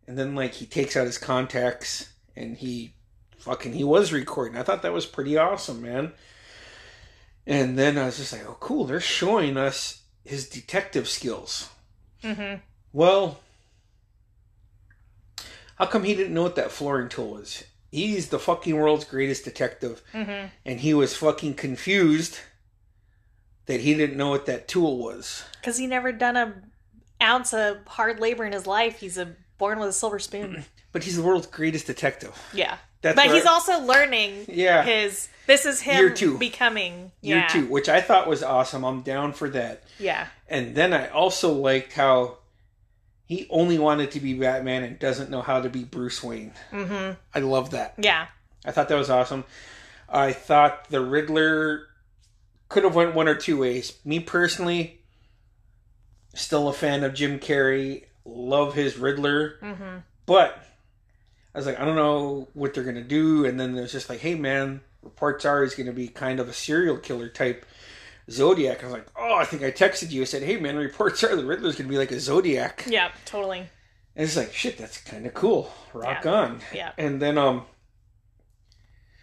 [SPEAKER 1] and then like he takes out his contacts and he fucking he was recording. I thought that was pretty awesome, man. And then I was just like, oh cool, they're showing us his detective skills.
[SPEAKER 2] hmm
[SPEAKER 1] Well, how come he didn't know what that flooring tool was? He's the fucking world's greatest detective,
[SPEAKER 2] hmm
[SPEAKER 1] and he was fucking confused that he didn't know what that tool was.
[SPEAKER 2] Because he never done a ounce of hard labor in his life. He's a born with a silver spoon.
[SPEAKER 1] But he's the world's greatest detective.
[SPEAKER 2] Yeah,
[SPEAKER 1] That's
[SPEAKER 2] but
[SPEAKER 1] where-
[SPEAKER 2] he's also learning
[SPEAKER 1] yeah.
[SPEAKER 2] his. This is him
[SPEAKER 1] Year two.
[SPEAKER 2] becoming.
[SPEAKER 1] year
[SPEAKER 2] yeah.
[SPEAKER 1] two, which I thought was awesome. I'm down for that.
[SPEAKER 2] Yeah,
[SPEAKER 1] And then I also liked how he only wanted to be Batman and doesn't know how to be Bruce Wayne.
[SPEAKER 2] hmm
[SPEAKER 1] I love that.
[SPEAKER 2] yeah,
[SPEAKER 1] I thought that was awesome. I thought the Riddler could have went one or two ways. Me personally, still a fan of Jim Carrey. Love his Riddler.
[SPEAKER 2] hmm
[SPEAKER 1] But I was like, I don't know what they're gonna do. And then there's just like, hey man, reports are he's gonna be kind of a serial killer type Zodiac. I was like, oh, I think I texted you. I said, hey man, reports are the Riddler's gonna be like a Zodiac.
[SPEAKER 2] yeah, totally.
[SPEAKER 1] And it's like, shit, that's kind of cool. Rock on.
[SPEAKER 2] Yeah.
[SPEAKER 1] And then um,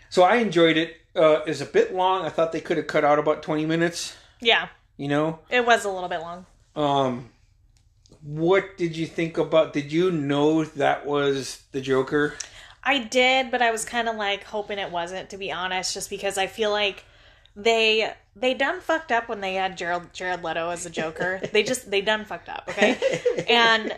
[SPEAKER 1] so I enjoyed it. Uh, it was a bit long. I thought they could have cut out about twenty minutes.
[SPEAKER 2] Yeah,
[SPEAKER 1] You know.
[SPEAKER 2] it was a little bit long.
[SPEAKER 1] Um, what did you think about? Did you know that was the Joker?
[SPEAKER 2] I did, but I was kind of like hoping it wasn't, to be honest, just because I feel like they they done fucked up when they had Gerald Jared Leto as the Joker. they just they done fucked up, okay? And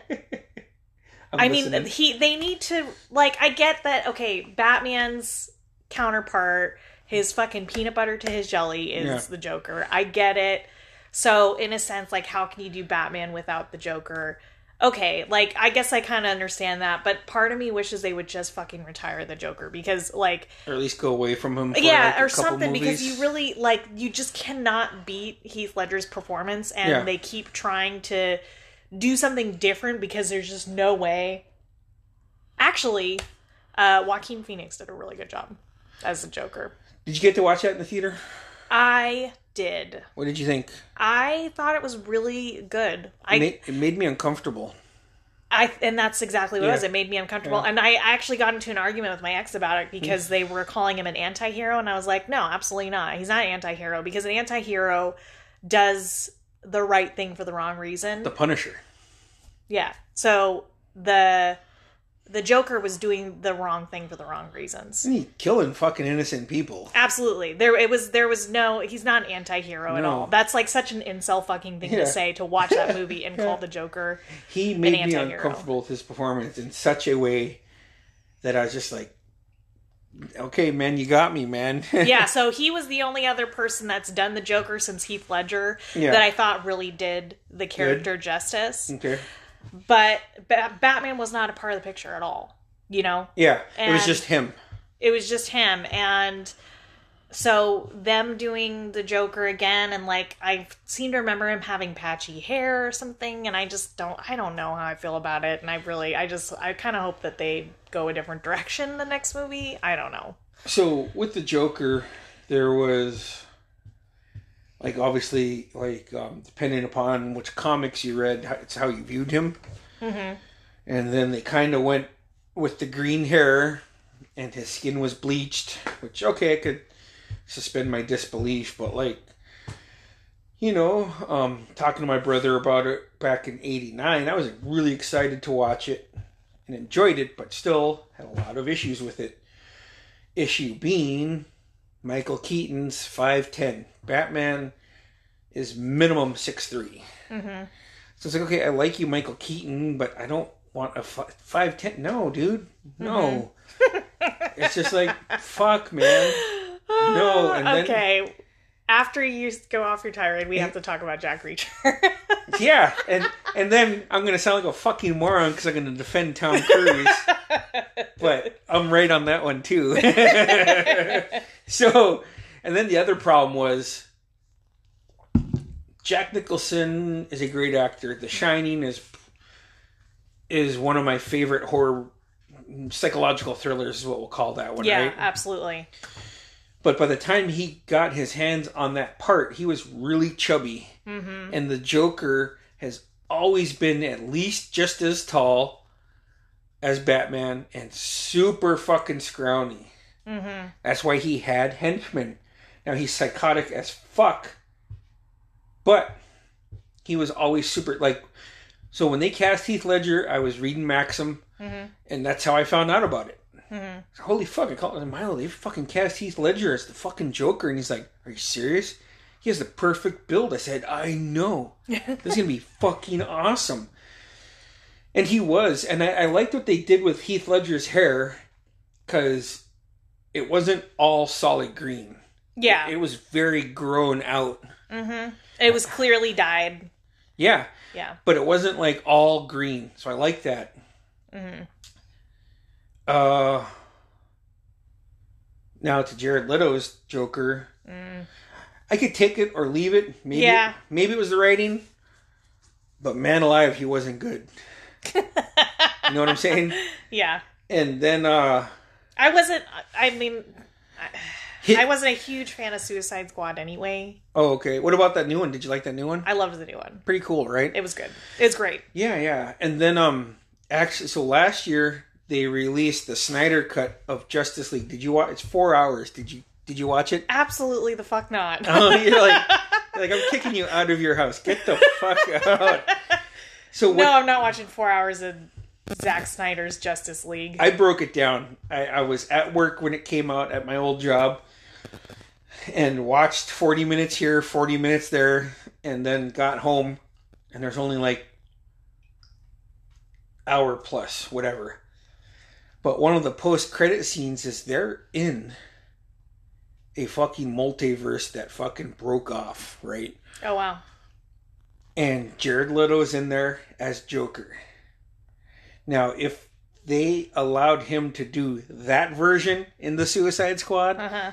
[SPEAKER 1] I'm
[SPEAKER 2] i mean,
[SPEAKER 1] listening.
[SPEAKER 2] he they need to like I get that okay, Batman's counterpart, his fucking peanut butter to his jelly is
[SPEAKER 1] Yeah.
[SPEAKER 2] the Joker. I get it. So, in a sense, like how can you do Batman without the Joker? Okay, like I guess I kind of understand that, but part of me wishes they would just fucking retire the Joker because like
[SPEAKER 1] or at least go away from him. For
[SPEAKER 2] yeah,
[SPEAKER 1] like a
[SPEAKER 2] or
[SPEAKER 1] couple
[SPEAKER 2] something because
[SPEAKER 1] movies.
[SPEAKER 2] you really like you just cannot beat Heath Ledger's performance, and
[SPEAKER 1] Yeah.
[SPEAKER 2] they keep trying to do something different because there's just no way. Actually, uh, Joaquin Phoenix did a really good job as the Joker.
[SPEAKER 1] did you get to watch that in the theater?
[SPEAKER 2] I did.
[SPEAKER 1] What did you think?
[SPEAKER 2] I thought it was really good. I
[SPEAKER 1] It made, it made me uncomfortable.
[SPEAKER 2] I and that's exactly what it was.
[SPEAKER 1] Yeah.
[SPEAKER 2] It made me uncomfortable, and I actually got into an argument with my ex about it because they were calling him an anti-hero, and I was like, "No, absolutely not. He's not an anti-hero because an anti-hero does the right thing for the wrong reason."
[SPEAKER 1] The Punisher.
[SPEAKER 2] yeah. So the the Joker was doing the wrong thing for the wrong reasons.
[SPEAKER 1] Isn't he killing fucking innocent people?
[SPEAKER 2] Absolutely. There it was there was no he's not an anti-hero at
[SPEAKER 1] No.
[SPEAKER 2] all. That's like such an incel fucking thing
[SPEAKER 1] Yeah.
[SPEAKER 2] to say to watch that movie and call the Joker.
[SPEAKER 1] He made me
[SPEAKER 2] anti-hero.
[SPEAKER 1] uncomfortable with his performance in such a way that I was just like, "Okay, man, you got me, man."
[SPEAKER 2] Yeah, so he was the only other person that's done the Joker since Heath Ledger
[SPEAKER 1] Yeah.
[SPEAKER 2] that I thought really did the character justice.
[SPEAKER 1] okay.
[SPEAKER 2] But ba- Batman was not a part of the picture at all, you know?
[SPEAKER 1] Yeah, it was
[SPEAKER 2] And-
[SPEAKER 1] just him.
[SPEAKER 2] it was just him and so them doing the joker again and like i seem to remember him having patchy hair or something and i just don't i don't know how i feel about it and i really i just i kind of hope that they go a different direction the next movie i don't know
[SPEAKER 1] So with the Joker, there was like obviously like um, depending upon which comics you read, how- it's how you viewed him. And then they kind of went with the green hair, and his skin was bleached, which okay, I could suspend my disbelief, but like. You know, um, talking to my brother about it back in '89, I was really excited to watch it and enjoyed it, but still had a lot of issues with it issue being Michael Keaton's 5'10. Batman is minimum 6'3. So it's like, okay, I like you, Michael Keaton, but I don't want a fi- 5'10. No, dude. No. it's just like, fuck, man. No, and then- Eh?
[SPEAKER 2] okay after you go off your tirade we have to talk about jack reacher
[SPEAKER 1] Yeah. And and then I'm going to sound like a fucking moron because I'm going to defend Tom Cruise. but I'm right on that one, too. so, and then the other problem was Jack Nicholson is a great actor. The Shining is is one of my favorite horror psychological thrillers is what we'll call that one
[SPEAKER 2] yeah
[SPEAKER 1] right
[SPEAKER 2] absolutely
[SPEAKER 1] but by the time he got his hands on that part, he was really chubby. Mm-hmm. And the Joker has always been at least just as tall as Batman and super fucking scrawny.
[SPEAKER 2] mm-hmm.
[SPEAKER 1] That's why he had henchmen. Now he's psychotic as fuck, but he was always super like. So when they cast Heath Ledger, I was reading Maxim,
[SPEAKER 2] Mhm.
[SPEAKER 1] and that's how I found out about it.
[SPEAKER 2] Mhm.
[SPEAKER 1] Holy fuck! I called him Milo. They fucking cast Heath Ledger as the fucking Joker, and he's like, "Are you serious? He has the perfect build." I said, "I know. this is gonna be fucking awesome." And he was, and I, I liked what they did with Heath Ledger's hair, because it wasn't all solid green.
[SPEAKER 2] yeah
[SPEAKER 1] It was very grown out.
[SPEAKER 2] mm-hmm. it was clearly dyed
[SPEAKER 1] Yeah,
[SPEAKER 2] yeah
[SPEAKER 1] but it wasn't like all green. So I like that.
[SPEAKER 2] mm-hmm.
[SPEAKER 1] Uh Now to Jared Leto's Joker.
[SPEAKER 2] Mm.
[SPEAKER 1] I could take it or leave it. Maybe
[SPEAKER 2] Yeah.
[SPEAKER 1] maybe it was the writing. But man alive, he wasn't good. you know what I'm saying?
[SPEAKER 2] yeah
[SPEAKER 1] And then uh
[SPEAKER 2] I wasn't. I mean,
[SPEAKER 1] hit-
[SPEAKER 2] I wasn't a huge fan of Suicide Squad anyway.
[SPEAKER 1] Oh, okay. What about that new one? Did you like that new one?
[SPEAKER 2] I loved the new one.
[SPEAKER 1] Pretty cool, right?
[SPEAKER 2] It was good. It was great.
[SPEAKER 1] Yeah, yeah. And then um actually so last year they released the Snyder cut of Justice League. Did you watch it's 4 hours. Did you did you watch it?
[SPEAKER 2] Absolutely the fuck not.
[SPEAKER 1] Oh, you're like you're like I'm kicking you out of your house. Get the fuck out. So what
[SPEAKER 2] no, I'm not watching four hours of Zack Snyder's Justice League.
[SPEAKER 1] I broke it down. I, I was at work when it came out at my old job and watched 40 minutes here, 40 minutes there, and then got home and there's only like hour plus, whatever. But one of the post credit scenes is they're in a fucking multiverse that fucking broke off, right?
[SPEAKER 2] oh wow.
[SPEAKER 1] and Jared Leto is in there as Joker. Now, if they allowed him to do that version in the Suicide Squad,
[SPEAKER 2] Uh huh.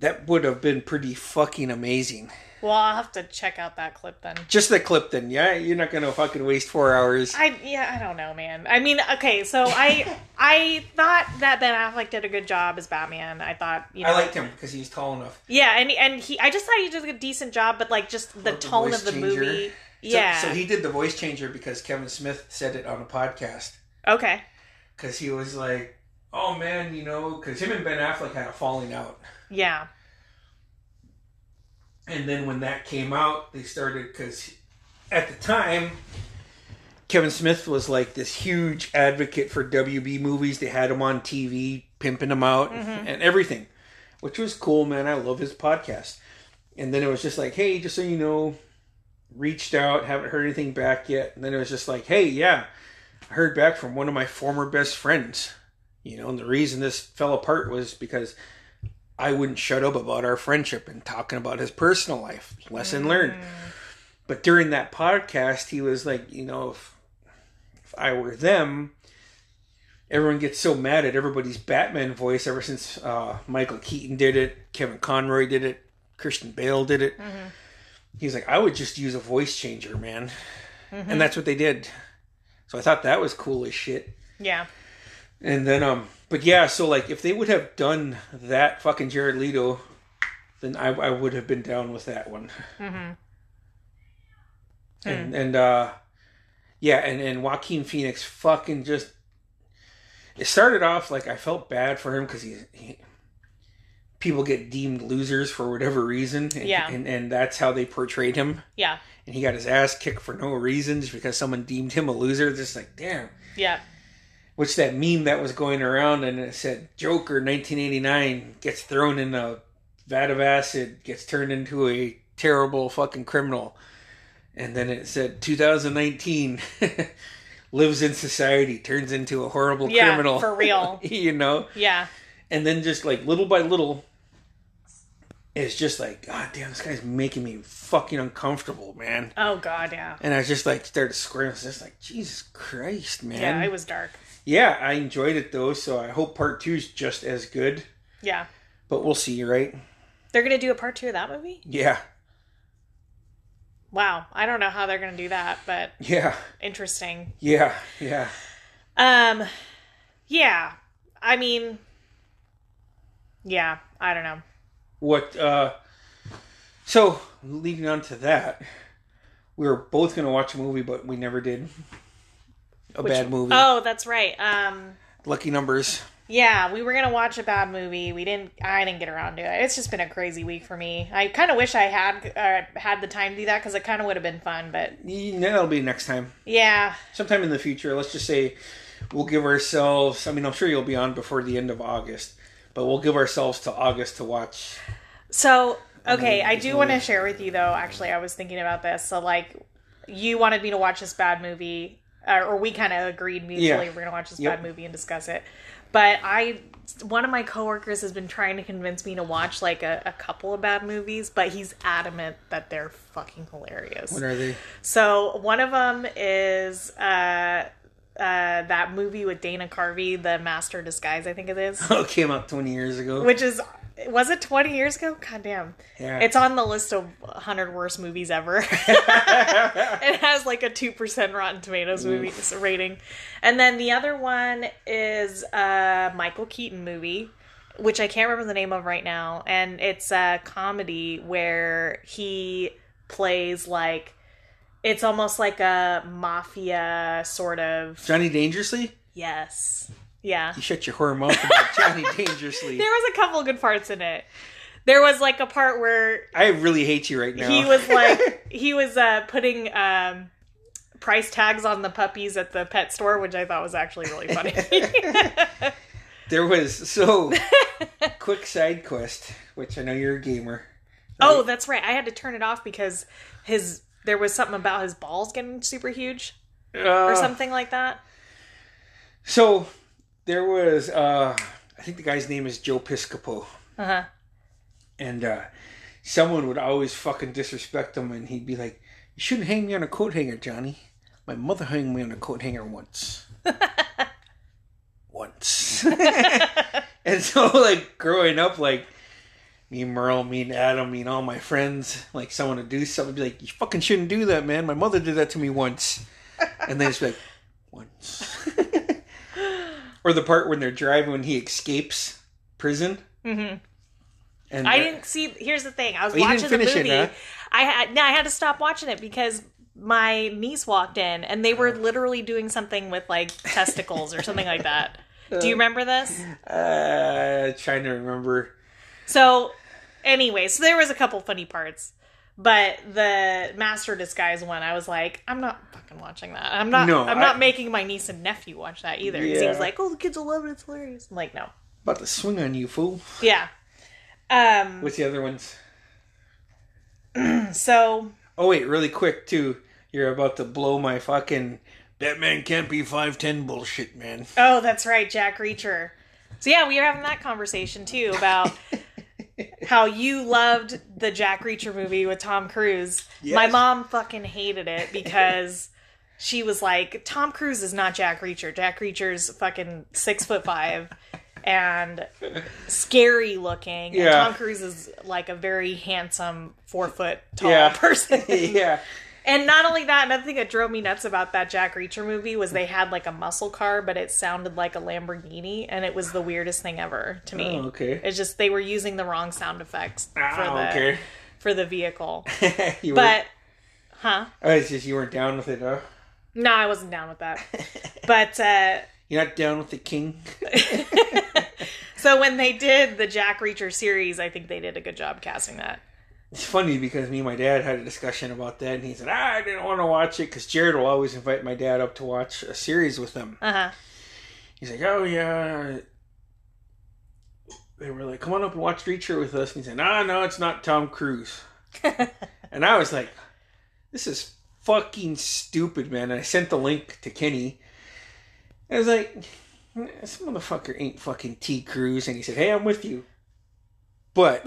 [SPEAKER 1] that would have been pretty fucking amazing.
[SPEAKER 2] Well, I'll have to check out that clip then.
[SPEAKER 1] Just the clip, then, yeah, you're not gonna fucking waste four hours.
[SPEAKER 2] I yeah, I don't know, man. I mean, okay, so I I thought that Ben Affleck did a good job as Batman. I thought you know
[SPEAKER 1] I liked him because he's tall enough.
[SPEAKER 2] yeah, and and he I just thought he did a decent job, but like just the
[SPEAKER 1] With the
[SPEAKER 2] tone
[SPEAKER 1] voice
[SPEAKER 2] of the
[SPEAKER 1] changer.
[SPEAKER 2] movie.
[SPEAKER 1] So-
[SPEAKER 2] Yeah.
[SPEAKER 1] So, he did the voice changer because Kevin Smith said it on a podcast
[SPEAKER 2] okay.
[SPEAKER 1] because he was like, "Oh man, you know," because him and Ben Affleck had a falling out.
[SPEAKER 2] Yeah.
[SPEAKER 1] And then when that came out, they started because at the time Kevin Smith was like this huge advocate for WB movies. They had him on TV, pimping him out and everything, which was cool, man. I love his podcast. And then it was just like, hey, just so you know, reached out, haven't heard anything back yet. And then it was just like, hey, yeah, I heard back from one of my former best friends. You know, and the reason this fell apart was because I wouldn't shut up about our friendship and talking about his personal life. Lesson learned. But during that podcast, he was like, you know, if, if I were them, everyone gets so mad at everybody's Batman voice ever since uh, Michael Keaton did it, Kevin Conroy did it, Christian Bale did it. He's like, I would just use a voice changer, man. And that's what they did. So I thought that was cool as shit.
[SPEAKER 2] Yeah.
[SPEAKER 1] And then, um, but yeah, so like if they would have done that fucking Jared Leto, then I, I would have been down with that one. Mm-hmm. And and uh, yeah, and and Joaquin Phoenix fucking just. It started off like I felt bad for him because he, he, people get deemed losers for whatever reason, and,
[SPEAKER 2] Yeah.
[SPEAKER 1] and and that's how they portrayed him.
[SPEAKER 2] Yeah.
[SPEAKER 1] And he got his ass kicked for no reason just because someone deemed him a loser. Just like damn,
[SPEAKER 2] Yeah.
[SPEAKER 1] which that meme that was going around and it said Joker 1989 gets thrown in a vat of acid, gets turned into a terrible fucking criminal. And then it said 2019 lives in society, turns into a horrible
[SPEAKER 2] Yeah.
[SPEAKER 1] criminal.
[SPEAKER 2] For real.
[SPEAKER 1] you know?
[SPEAKER 2] Yeah.
[SPEAKER 1] And then just like little by little, it's just like, God damn, this guy's making me fucking uncomfortable, man.
[SPEAKER 2] Oh God. Yeah.
[SPEAKER 1] And I just like started squirming. It's just like, Jesus Christ, man.
[SPEAKER 2] Yeah. It was dark.
[SPEAKER 1] Yeah, I enjoyed it though, so I hope part two's just as good.
[SPEAKER 2] Yeah.
[SPEAKER 1] But we'll see, right?
[SPEAKER 2] They're gonna do a part two of that movie.
[SPEAKER 1] Yeah,
[SPEAKER 2] Wow. I don't know how they're gonna do that, but
[SPEAKER 1] yeah,
[SPEAKER 2] interesting.
[SPEAKER 1] yeah, yeah.
[SPEAKER 2] Um. Yeah. I mean. Yeah. I don't know.
[SPEAKER 1] What? uh So leading on to that, we were both gonna watch a movie, but we never did. A bad movie.
[SPEAKER 2] Oh, that's right. Um.
[SPEAKER 1] Lucky numbers.
[SPEAKER 2] Yeah, we were gonna watch a bad movie. We didn't. I didn't get around to it. It's just been a crazy week for me. I kind of wish I had uh, had the time to do that because it kind of would have been fun. But
[SPEAKER 1] Yeah, That'll be next time,
[SPEAKER 2] yeah,
[SPEAKER 1] sometime in the future. Let's just say we'll give ourselves. I mean, I'm sure you'll be on before the end of August, but we'll give ourselves to August to watch.
[SPEAKER 2] So, okay, I do want to share with you though. Actually, I was thinking about this. So, like, you wanted me to watch this bad movie, uh, or we kind of agreed mutually
[SPEAKER 1] Yeah.
[SPEAKER 2] we're gonna watch this
[SPEAKER 1] Yep.
[SPEAKER 2] bad movie and discuss it. But I, one of my coworkers has been trying to convince me to watch like a, a couple of bad movies, but he's adamant that they're fucking hilarious.
[SPEAKER 1] What are they?
[SPEAKER 2] So one of them is uh, uh, that movie with Dana Carvey, The Master Disguise, I think it is.
[SPEAKER 1] Oh, it came out 20 years ago.
[SPEAKER 2] which is was it 20 years ago god damn
[SPEAKER 1] Yeah.
[SPEAKER 2] it's on the list of 100 worst movies ever it has like a 2% rotten tomatoes movie rating and then the other one is a michael keaton movie which i can't remember the name of right now and it's a comedy where he plays like it's almost like a mafia sort of
[SPEAKER 1] Johnny Dangerously?
[SPEAKER 2] yes yeah
[SPEAKER 1] You shut your whore mouth about Johnny Dangerously.
[SPEAKER 2] there was a couple good parts in it. There was like a part where
[SPEAKER 1] I really hate you right now.
[SPEAKER 2] he was like he was uh putting um price tags on the puppies at the pet store, which I thought was actually really funny.
[SPEAKER 1] there was so quick side quest, which I know you're a gamer.
[SPEAKER 2] oh, that's right. I had to turn it off because his there was something about his balls getting super huge or something like that.
[SPEAKER 1] uh, So there was uh I think the guy's name is Joe Piscopo.
[SPEAKER 2] Uh-huh.
[SPEAKER 1] And uh someone would always fucking disrespect him and he'd be like, You shouldn't hang me on a coat hanger, Johnny. My mother hung me on a coat hanger once. once. and so like growing up, like me and Merle, me and Adam, me and all my friends, like someone would do something, be like, You fucking shouldn't do that, man. My mother did that to me once. And then it's like, once. or the part when they're driving when he escapes prison.
[SPEAKER 2] Mm-hmm.
[SPEAKER 1] And
[SPEAKER 2] I
[SPEAKER 1] they're-
[SPEAKER 2] didn't see. Here's the thing: I was
[SPEAKER 1] Oh, you didn't
[SPEAKER 2] watching the
[SPEAKER 1] finish it,
[SPEAKER 2] movie.
[SPEAKER 1] huh?
[SPEAKER 2] I had no, I had to stop watching it because my niece walked in and they were literally doing something with like testicles or something like that. Do you remember this?
[SPEAKER 1] Uh, trying to remember.
[SPEAKER 2] So, anyway, so there was a couple funny parts, But the master disguise one, I was like, I'm not fucking watching that. I'm not.
[SPEAKER 1] No,
[SPEAKER 2] I'm
[SPEAKER 1] I-
[SPEAKER 2] not making my niece and nephew watch that either. It
[SPEAKER 1] Yeah.
[SPEAKER 2] seems like, oh, the kids will love it. It's hilarious. I'm like, no.
[SPEAKER 1] About to swing on you, fool.
[SPEAKER 2] Yeah. Um.
[SPEAKER 1] What's the other ones?
[SPEAKER 2] So
[SPEAKER 1] Oh wait, really quick too. You're about to blow my fucking Batman can't be five ten bullshit, man.
[SPEAKER 2] Oh, that's right, Jack Reacher. So yeah, we were having that conversation too about how you loved the Jack Reacher movie with Tom Cruise. My
[SPEAKER 1] Yes.
[SPEAKER 2] mom fucking hated it because she was like, Tom Cruise is not Jack Reacher. Jack Reacher's fucking six foot five and scary looking. And
[SPEAKER 1] Yeah.
[SPEAKER 2] Tom Cruise is like a very handsome four foot tall
[SPEAKER 1] Yeah.
[SPEAKER 2] person.
[SPEAKER 1] yeah.
[SPEAKER 2] And not only that, another thing that drove me nuts about that Jack Reacher movie was they had like a muscle car, but it sounded like a Lamborghini, and it was the weirdest thing ever to me.
[SPEAKER 1] Oh, okay.
[SPEAKER 2] It's just they were using the wrong sound effects for
[SPEAKER 1] Ah,
[SPEAKER 2] the
[SPEAKER 1] okay.
[SPEAKER 2] for the vehicle.
[SPEAKER 1] you
[SPEAKER 2] But huh?
[SPEAKER 1] were, oh, it's just you weren't down with it, huh?
[SPEAKER 2] No, I wasn't down with that. But uh
[SPEAKER 1] You're not down with the king.
[SPEAKER 2] so when they did the Jack Reacher series, I think they did a good job casting that.
[SPEAKER 1] It's funny because me and my dad had a discussion about that, and he said, ah, "I didn't want to watch it because Jared will always invite my dad up to watch a series with them."
[SPEAKER 2] Uh-huh.
[SPEAKER 1] He's like, "Oh yeah." They were like, "Come on up and watch Reacher with us." And he said, "No, no, it's not Tom Cruise." and I was like, "This is fucking stupid, man." And I sent the link to Kenny. I was like, "This motherfucker ain't fucking T Cruise." And he said, "Hey, I'm with you." But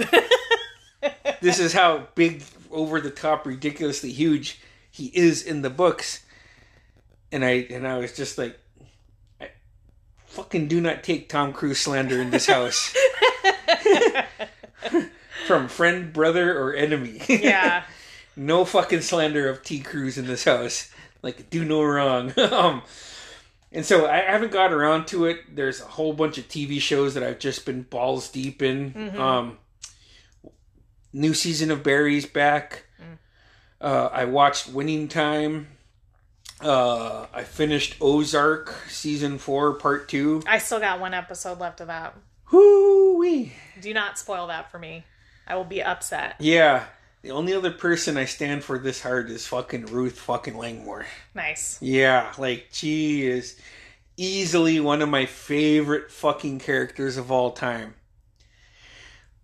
[SPEAKER 1] this is how big, over the top, ridiculously huge he is in the books. And I and I was just like, I fucking do not take Tom Cruise slander in this house. From friend, brother, or enemy.
[SPEAKER 2] Yeah.
[SPEAKER 1] no fucking slander of T Cruz in this house. Like do no wrong. um and so I haven't got around to it. There's a whole bunch of TV shows that I've just been balls deep in. Um new season of Barry's back. Uh I watched Winning Time. Uh I finished Ozark season 4 part 2.
[SPEAKER 2] I still got one episode left of that.
[SPEAKER 1] Hoo-wee.
[SPEAKER 2] Do not spoil that for me. I will be upset.
[SPEAKER 1] Yeah. The only other person I stand for this hard is fucking Ruth fucking Langmore.
[SPEAKER 2] Nice.
[SPEAKER 1] Yeah, like she is easily one of my favorite fucking characters of all time.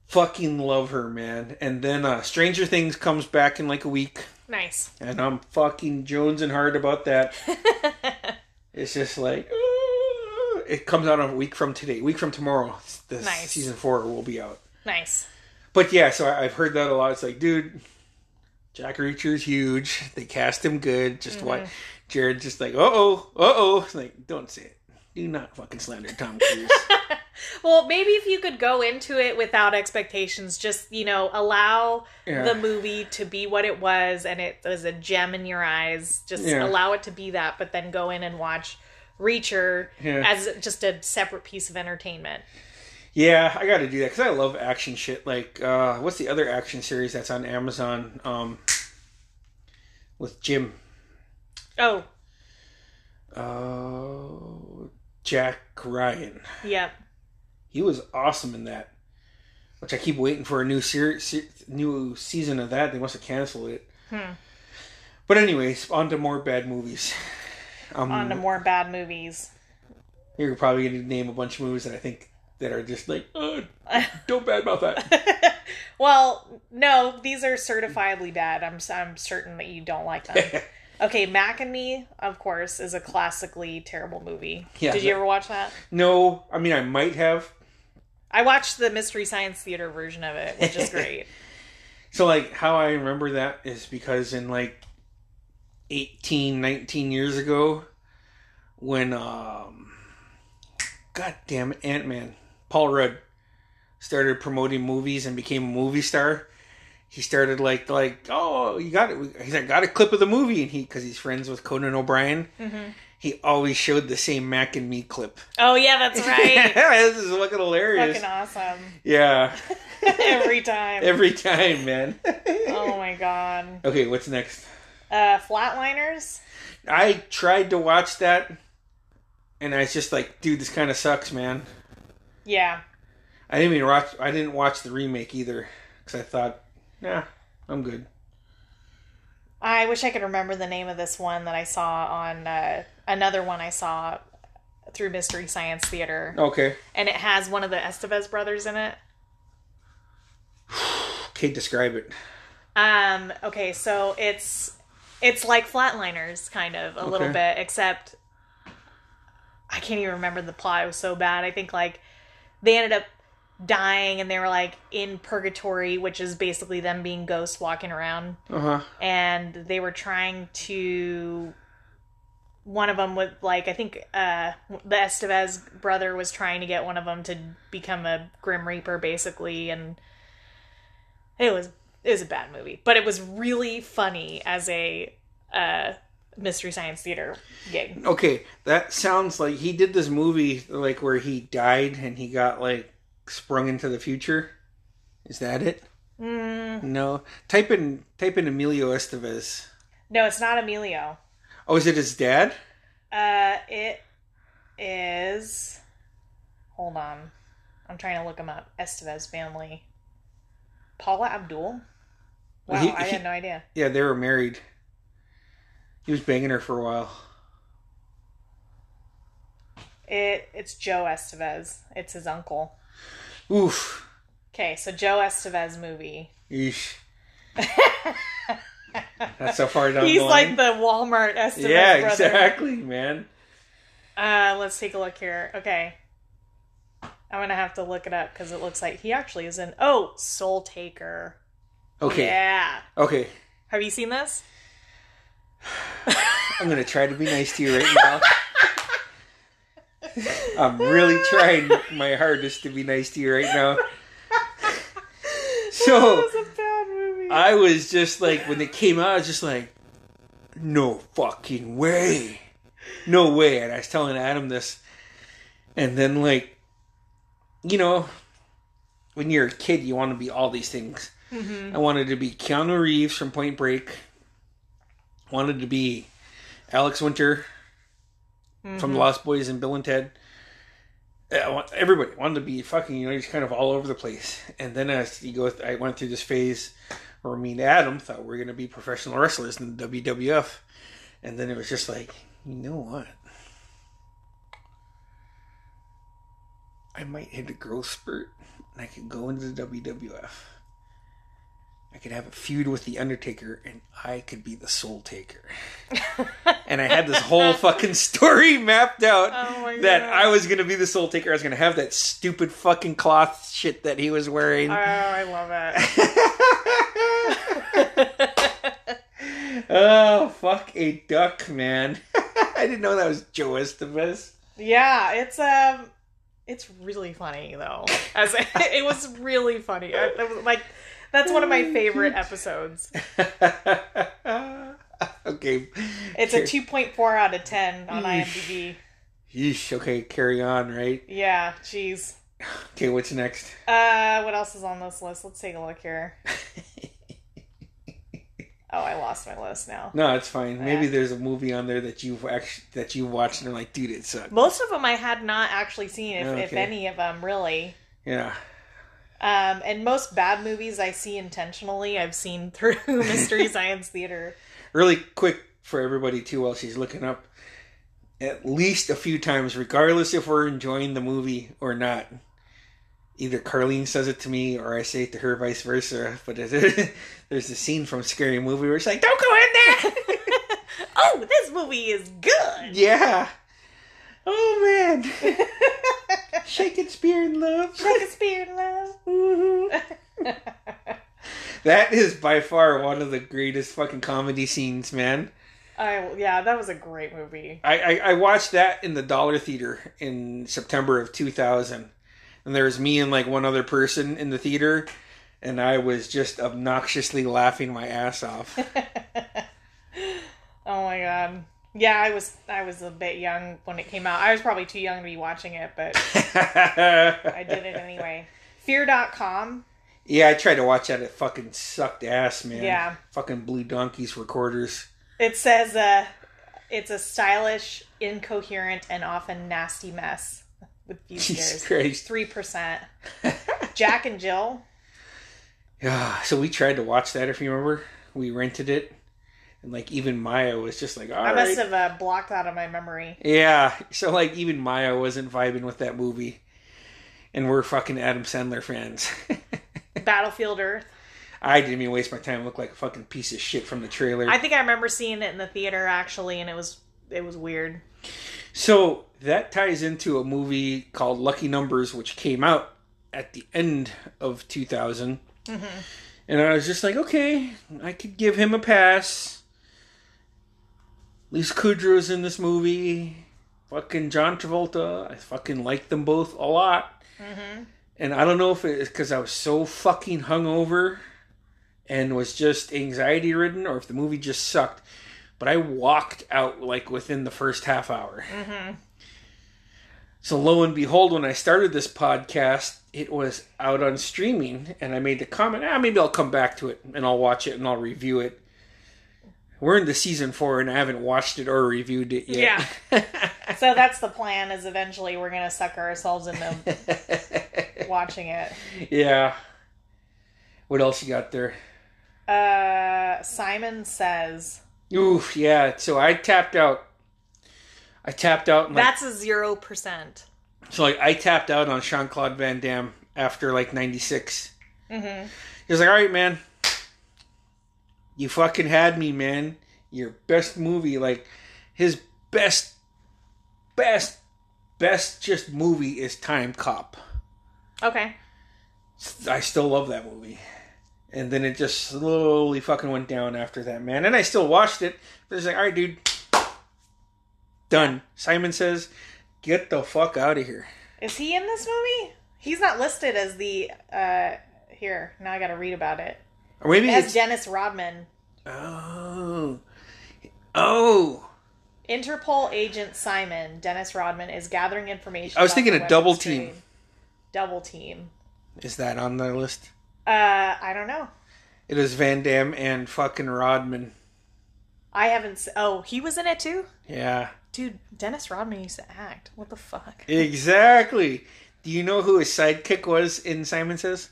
[SPEAKER 1] Fucking love her, man. And then uh Stranger Things comes back in like a week,
[SPEAKER 2] Nice.
[SPEAKER 1] and I'm fucking Jones and hard about that. it's just like "Ah." it comes out a week from today, week from tomorrow. The
[SPEAKER 2] Nice.
[SPEAKER 1] season four will be out.
[SPEAKER 2] Nice.
[SPEAKER 1] But yeah, so I- I've heard that a lot. It's like, dude, Jack Reacher's huge. They cast him good. Just why Jared just like, uh oh, uh oh. It's Like, don't say it. Do not fucking slander Tom Cruise.
[SPEAKER 2] Well, maybe if you could go into it without expectations, just, you know, allow
[SPEAKER 1] Yeah.
[SPEAKER 2] the movie to be what it was and it was a gem in your eyes. Just
[SPEAKER 1] Yeah.
[SPEAKER 2] allow it to be that, but then go in and watch Reacher
[SPEAKER 1] Yeah.
[SPEAKER 2] as just a separate piece of entertainment.
[SPEAKER 1] yeah, I got to do that because I love action shit. Like, uh, what's the other action series that's on Amazon um, with Jim?
[SPEAKER 2] Oh,
[SPEAKER 1] Uh, Jack Ryan.
[SPEAKER 2] yeah.
[SPEAKER 1] He was awesome in that. Which I keep waiting for a new ser- se- new season of that. They must have canceled it.
[SPEAKER 2] Hmm.
[SPEAKER 1] But anyways, on to more bad movies. Um,
[SPEAKER 2] On to more bad movies.
[SPEAKER 1] You're probably going to name a bunch of movies that I think that are just like, "Uh, don't badmouth that.
[SPEAKER 2] well, no, these are certifiably bad. I'm I'm certain that you don't like them. okay, Mac and Me, of course, is a classically terrible movie.
[SPEAKER 1] Yeah.
[SPEAKER 2] Did you ever watch that?
[SPEAKER 1] no, I mean I might have.
[SPEAKER 2] I watched the Mystery Science Theater version of it, which is great.
[SPEAKER 1] So like how I remember that is because in like 18, 19 years ago, when um, God damn it, Ant Man, Paul Rudd started promoting movies and became a movie star. He started like like oh you got it. He's like got a clip of the movie and he because he's friends with Conan O'Brien.
[SPEAKER 2] Mm-hmm.
[SPEAKER 1] He always showed the same Mac and Me clip.
[SPEAKER 2] oh yeah, that's right.
[SPEAKER 1] this is fucking hilarious.
[SPEAKER 2] Fucking awesome.
[SPEAKER 1] Yeah,
[SPEAKER 2] Every time.
[SPEAKER 1] every time, man.
[SPEAKER 2] oh my god.
[SPEAKER 1] okay, what's next?
[SPEAKER 2] Uh Flatliners.
[SPEAKER 1] I tried to watch that, and I was just like, dude, this kind of sucks, man.
[SPEAKER 2] Yeah.
[SPEAKER 1] I didn't even watch. I didn't watch the remake either because I thought, nah, I'm good.
[SPEAKER 2] I wish I could remember the name of this one that I saw on uh, another one I saw through Mystery Science Theater,
[SPEAKER 1] Okay.
[SPEAKER 2] and it has one of the Estevez brothers in it.
[SPEAKER 1] Okay, describe it.
[SPEAKER 2] Um, okay, so it's it's like flatliners kind of a little
[SPEAKER 1] Okay.
[SPEAKER 2] bit, except I can't even remember the plot. It was so bad. I think like they ended up dying and they were like in purgatory, which is basically them being ghosts walking around.
[SPEAKER 1] Uh huh.
[SPEAKER 2] And they were trying to one of them would like I think uh the Estevez brother was trying to get one of them to become a grim reaper basically and it was it was a bad movie, but it was really funny as a uh mystery science theater gig.
[SPEAKER 1] Okay, that sounds like he did this movie like where he died and he got like sprung into the future. Is that it?
[SPEAKER 2] Mm,
[SPEAKER 1] No. Type in type in Emilio Estevez.
[SPEAKER 2] no, it's not Emilio.
[SPEAKER 1] Oh, is it his dad?
[SPEAKER 2] Uh it is Hold on. I'm trying to look him up. Estevez family. Paula Abdul? Wow,
[SPEAKER 1] Well, he-
[SPEAKER 2] I
[SPEAKER 1] he-
[SPEAKER 2] had no idea.
[SPEAKER 1] Yeah, they were married. He was banging her for a while.
[SPEAKER 2] It it's Joe Estevez. It's his uncle.
[SPEAKER 1] Oof.
[SPEAKER 2] Okay, so Joe Estevez movie.
[SPEAKER 1] Yeesh. That's so far down
[SPEAKER 2] He's
[SPEAKER 1] the
[SPEAKER 2] like
[SPEAKER 1] line.
[SPEAKER 2] the Walmart Estevez
[SPEAKER 1] yeah,
[SPEAKER 2] brother.
[SPEAKER 1] exactly, man.
[SPEAKER 2] Uh, let's take a look here. Okay, I'm gonna have to look it up because it looks like he actually is in. Oh, Soul Taker.
[SPEAKER 1] Okay.
[SPEAKER 2] Yeah.
[SPEAKER 1] Okay.
[SPEAKER 2] Have you seen this?
[SPEAKER 1] I'm gonna try to be nice to you right now. I'm really trying my hardest to be nice to you right now.
[SPEAKER 2] That
[SPEAKER 1] So
[SPEAKER 2] was a bad movie.
[SPEAKER 1] I was just like, when it came out, I was just like, no fucking way, no way. And I was telling Adam this, and then like, you know, when you're a kid, you want to be all these things.
[SPEAKER 2] Mhm.
[SPEAKER 1] I wanted to be Keanu Reeves from Point Break. Wanted to be Alex Winter from
[SPEAKER 2] Mhm.
[SPEAKER 1] Lost Boys and Bill and Ted. I want- Everybody wanted to be fucking, you know, just kind of all over the place. And then as you go, I went through this phase where me and Adam thought we are going to be professional wrestlers in the WWF, and then it was just like, you know what? I might hit a growth spurt, and I could go into the WWF. I could have a feud with the Undertaker, and I could be the Soul Taker. and I had this whole fucking story mapped out
[SPEAKER 2] Oh my
[SPEAKER 1] that
[SPEAKER 2] God.
[SPEAKER 1] I was gonna be the Soul Taker. I was gonna have that stupid fucking cloth shit that he was wearing.
[SPEAKER 2] Oh, I love it.
[SPEAKER 1] oh fuck a duck, man! I didn't know that was Joe Estevez.
[SPEAKER 2] yeah, it's um, it's really funny though. As it was really funny. I, it was, like that's one of my favorite episodes.
[SPEAKER 1] okay,
[SPEAKER 2] It's a 2.4 out of 10 on IMDb.
[SPEAKER 1] Yeesh. Okay, carry on. Right.
[SPEAKER 2] Yeah, jeez.
[SPEAKER 1] Okay, what's next?
[SPEAKER 2] Uh, what else is on this list? Let's take a look here. oh, I lost my list now.
[SPEAKER 1] No, it's fine. Maybe
[SPEAKER 2] Yeah.
[SPEAKER 1] there's a movie on there that you've actually that you watched and are like, dude, it sucked.
[SPEAKER 2] Most of them I had not actually seen, if, if
[SPEAKER 1] Okay.
[SPEAKER 2] any of them really.
[SPEAKER 1] Yeah.
[SPEAKER 2] Um, and most bad movies I see intentionally, I've seen through Mystery Science Theater.
[SPEAKER 1] really quick for everybody too while she's looking up at least a few times regardless if we're enjoying the movie or not either carlene says it to me or i say it to her vice versa but it- there's a scene from scary movie where it's like don't go in there
[SPEAKER 2] oh, this movie is good.
[SPEAKER 1] yeah oh man shaking spear in love
[SPEAKER 2] Shakespeare in love.
[SPEAKER 1] Mhm. that is by far one of the greatest fucking comedy scenes man
[SPEAKER 2] I, yeah, that was a great movie.
[SPEAKER 1] I, I, I watched that in the Dollar Theater in September of 2000. And there was me and like one other person in the theater. And I was just obnoxiously laughing my ass off.
[SPEAKER 2] oh my god. Yeah, I was I was a bit young when it came out. I was probably too young to be watching it, but I did it anyway. Fear.com.
[SPEAKER 1] yeah, I tried to watch that. It fucking sucked ass, man.
[SPEAKER 2] Yeah.
[SPEAKER 1] Fucking Blue Donkeys recorders.
[SPEAKER 2] It says uh it's a stylish, incoherent, and often nasty mess with few
[SPEAKER 1] Jesus
[SPEAKER 2] tears.
[SPEAKER 1] Christ.
[SPEAKER 2] Three percent. Jack and Jill.
[SPEAKER 1] Yeah. So we tried to watch that, if you remember. We rented it. And like even Maya was just like, all
[SPEAKER 2] I
[SPEAKER 1] right.
[SPEAKER 2] must have uh, blocked that out of my memory.
[SPEAKER 1] Yeah. So like even Maya wasn't vibing with that movie. And we're fucking Adam Sandler fans.
[SPEAKER 2] Battlefield Earth.
[SPEAKER 1] I didn't even waste my time look like a fucking piece of shit from the trailer.
[SPEAKER 2] I think I remember seeing it in the theater actually, and it was it was weird.
[SPEAKER 1] So that ties into a movie called Lucky Numbers, which came out at the end of 2000. And I was just like, okay, I could give him a pass. Lise Kudrow's in this movie. Fucking John Travolta. I fucking like them both a lot. And I don't know if it's because I was so fucking hungover and was just anxiety ridden or if the movie just sucked. But I walked out like within the first half hour. So lo and behold, when I started this podcast, it was out on streaming, and I made the comment, ah, maybe I'll come back to it and I'll watch it and I'll review it. We're into season four, and I haven't watched it or reviewed it yet.
[SPEAKER 2] So that's the plan. Is eventually we're gonna sucker ourselves into watching it.
[SPEAKER 1] yeah. What else you got there?
[SPEAKER 2] Uh, Simon says
[SPEAKER 1] Oof, yeah. So I tapped out. I tapped out. Like,
[SPEAKER 2] that's a zero percent.
[SPEAKER 1] so like I tapped out on Sean Claude Van Damme after like '96.
[SPEAKER 2] Mm-hmm.
[SPEAKER 1] He was like, "All right, man, you fucking had me, man. Your best movie, like his best, best, best, just movie is Time Cop.
[SPEAKER 2] Okay.
[SPEAKER 1] I still love that movie." And then it just slowly fucking went down after that, man. And I still watched it. But it's like, all right, dude, done. Simon says, "Get the fuck out of here."
[SPEAKER 2] Is he in this movie? He's not listed as the uh here. Now I got to read about it.
[SPEAKER 1] Or maybe
[SPEAKER 2] As
[SPEAKER 1] it's-
[SPEAKER 2] Dennis Rodman,
[SPEAKER 1] Oh. Oh.
[SPEAKER 2] Interpol agent Simon Dennis Rodman is gathering information.
[SPEAKER 1] I was
[SPEAKER 2] about
[SPEAKER 1] thinking
[SPEAKER 2] the
[SPEAKER 1] of
[SPEAKER 2] weapons
[SPEAKER 1] Double Team.
[SPEAKER 2] trade. Double team.
[SPEAKER 1] Is that on the list?
[SPEAKER 2] Uh, I don't know.
[SPEAKER 1] It is Van Damme and fucking Rodman.
[SPEAKER 2] I haven't. s oh, he was in it too,
[SPEAKER 1] Yeah.
[SPEAKER 2] dude. Dennis Rodman used to act. What the fuck?
[SPEAKER 1] Exactly. Do you know who his sidekick was in Simon Says?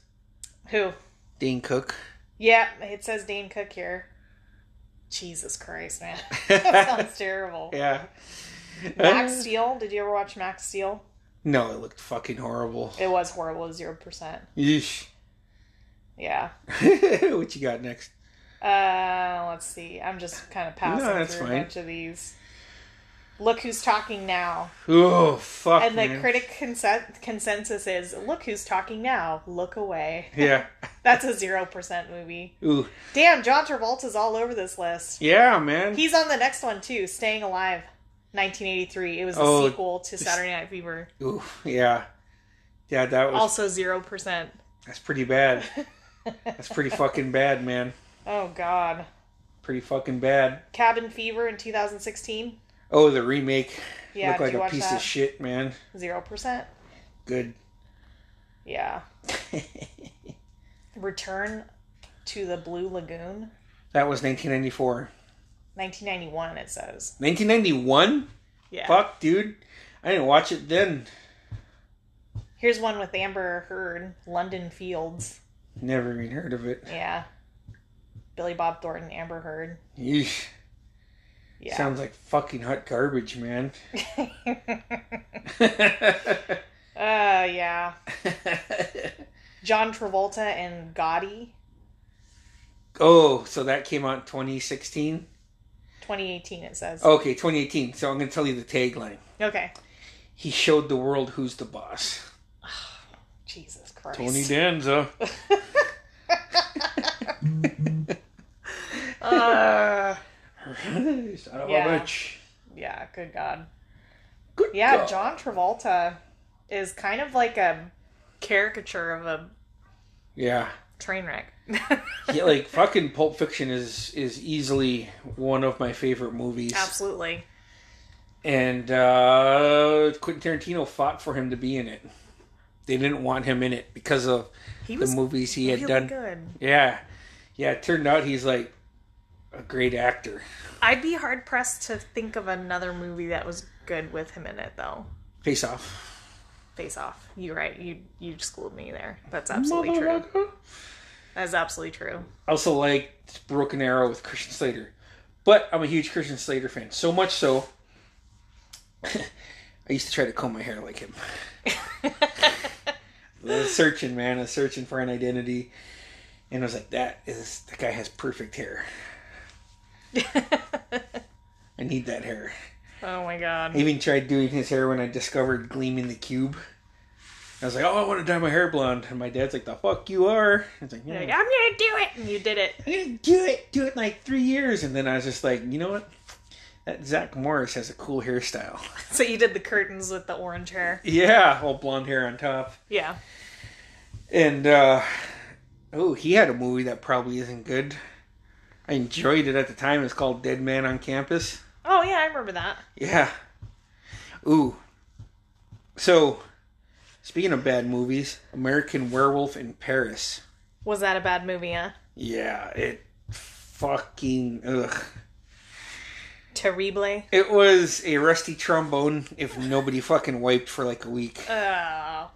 [SPEAKER 2] Who?
[SPEAKER 1] Dean Cook.
[SPEAKER 2] Yeah, it says Dane Cook here. Jesus Christ, man, that sounds terrible.
[SPEAKER 1] Yeah.
[SPEAKER 2] Max Steel. Did you ever watch Max Steel?
[SPEAKER 1] No, it looked fucking horrible.
[SPEAKER 2] It was horrible. Zero percent.
[SPEAKER 1] Yeesh.
[SPEAKER 2] Yeah.
[SPEAKER 1] what you got next?
[SPEAKER 2] Uh, let's see. I'm just kind of passing
[SPEAKER 1] No, that's
[SPEAKER 2] through
[SPEAKER 1] fine.
[SPEAKER 2] a bunch of these. Look who's talking now.
[SPEAKER 1] Oh fuck.
[SPEAKER 2] And the
[SPEAKER 1] man.
[SPEAKER 2] critic consen- consensus is look who's talking now, look away.
[SPEAKER 1] Yeah.
[SPEAKER 2] That's a 0% movie.
[SPEAKER 1] Ooh.
[SPEAKER 2] Damn, John Travolta's all over this list.
[SPEAKER 1] Yeah, man.
[SPEAKER 2] He's on the next one too, Staying Alive, 1983. It was a
[SPEAKER 1] Oh,
[SPEAKER 2] sequel to Saturday Night Fever.
[SPEAKER 1] Ooh. Yeah. Yeah, that was
[SPEAKER 2] Also 0%.
[SPEAKER 1] that's pretty bad. That's pretty fucking bad, man.
[SPEAKER 2] Oh, God.
[SPEAKER 1] Pretty fucking bad.
[SPEAKER 2] Cabin Fever in 2016,
[SPEAKER 1] Oh, the remake
[SPEAKER 2] Yeah,
[SPEAKER 1] looked
[SPEAKER 2] did
[SPEAKER 1] like
[SPEAKER 2] you
[SPEAKER 1] a
[SPEAKER 2] watch
[SPEAKER 1] piece
[SPEAKER 2] that?
[SPEAKER 1] of shit, man.
[SPEAKER 2] 0%.
[SPEAKER 1] Good.
[SPEAKER 2] Yeah. Return to the Blue Lagoon,
[SPEAKER 1] That was 1994.
[SPEAKER 2] 1991, it says.
[SPEAKER 1] 1991?
[SPEAKER 2] Yeah.
[SPEAKER 1] Fuck, dude. I didn't watch it then.
[SPEAKER 2] Here's one with Amber Heard, London Fields.
[SPEAKER 1] Never even heard of it.
[SPEAKER 2] Yeah. Billy Bob Thornton, Amber Heard.
[SPEAKER 1] Yeesh.
[SPEAKER 2] Yeah.
[SPEAKER 1] Sounds like fucking hot garbage, man.
[SPEAKER 2] uh, yeah. John Travolta and Gotti,
[SPEAKER 1] oh, so that came out 2016?
[SPEAKER 2] 2018, it says.
[SPEAKER 1] Okay, 2018. So I'm going to tell you the tagline.
[SPEAKER 2] Okay.
[SPEAKER 1] He showed the world who's the boss.
[SPEAKER 2] Jesus Christ.
[SPEAKER 1] Tony Danza.
[SPEAKER 2] Uh,
[SPEAKER 1] Son of
[SPEAKER 2] Yeah.
[SPEAKER 1] a bitch.
[SPEAKER 2] yeah, good God.
[SPEAKER 1] Good
[SPEAKER 2] Yeah,
[SPEAKER 1] God.
[SPEAKER 2] John Travolta is kind of like a caricature of a
[SPEAKER 1] Yeah.
[SPEAKER 2] train wreck.
[SPEAKER 1] yeah, like fucking Pulp Fiction is is easily one of my favorite movies.
[SPEAKER 2] Absolutely.
[SPEAKER 1] And uh, Quentin Tarantino fought for him to be in it. They didn't want him in it because of
[SPEAKER 2] He
[SPEAKER 1] the
[SPEAKER 2] was
[SPEAKER 1] movies he had
[SPEAKER 2] really
[SPEAKER 1] done.
[SPEAKER 2] good.
[SPEAKER 1] Yeah, yeah. It turned out he's like a great actor.
[SPEAKER 2] I'd be hard pressed to think of another movie that was good with him in it, though.
[SPEAKER 1] Face off,
[SPEAKER 2] Face Off. You're right. You you schooled me there. That's absolutely true.
[SPEAKER 1] Motherfucker.
[SPEAKER 2] That's absolutely true.
[SPEAKER 1] I also like Broken Arrow with Christian Slater. But I'm a huge Christian Slater fan, so much so I used to try to comb my hair like him. I was searching, man, I was searching for an identity, and I was like, that is that guy has perfect hair. I need that hair.
[SPEAKER 2] oh my
[SPEAKER 1] I
[SPEAKER 2] god.
[SPEAKER 1] even tried doing his hair when I discovered Gleaming the Cube. I was like, oh, I want to dye my hair blonde. And my dad's like, the fuck you are. I was like,
[SPEAKER 2] You're
[SPEAKER 1] yeah,
[SPEAKER 2] like, I'm gonna do it, and you did it.
[SPEAKER 1] I'm going to do it. Do it in like three years. And then I was just like, you know what? That Zach Morris has a cool hairstyle.
[SPEAKER 2] So you did the curtains with the orange hair.
[SPEAKER 1] Yeah, all blonde hair on top.
[SPEAKER 2] Yeah.
[SPEAKER 1] And, uh, oh, he had a movie that probably isn't good. I enjoyed it at the time. It's called Dead Man on Campus.
[SPEAKER 2] Oh yeah, I remember that.
[SPEAKER 1] Yeah. Ooh. So, speaking of bad movies, American Werewolf in Paris.
[SPEAKER 2] Was that a bad movie? Huh?
[SPEAKER 1] Yeah, it fucking ugh.
[SPEAKER 2] Terrible.
[SPEAKER 1] It was a rusty trombone if nobody fucking wiped for like a week.
[SPEAKER 2] Oh,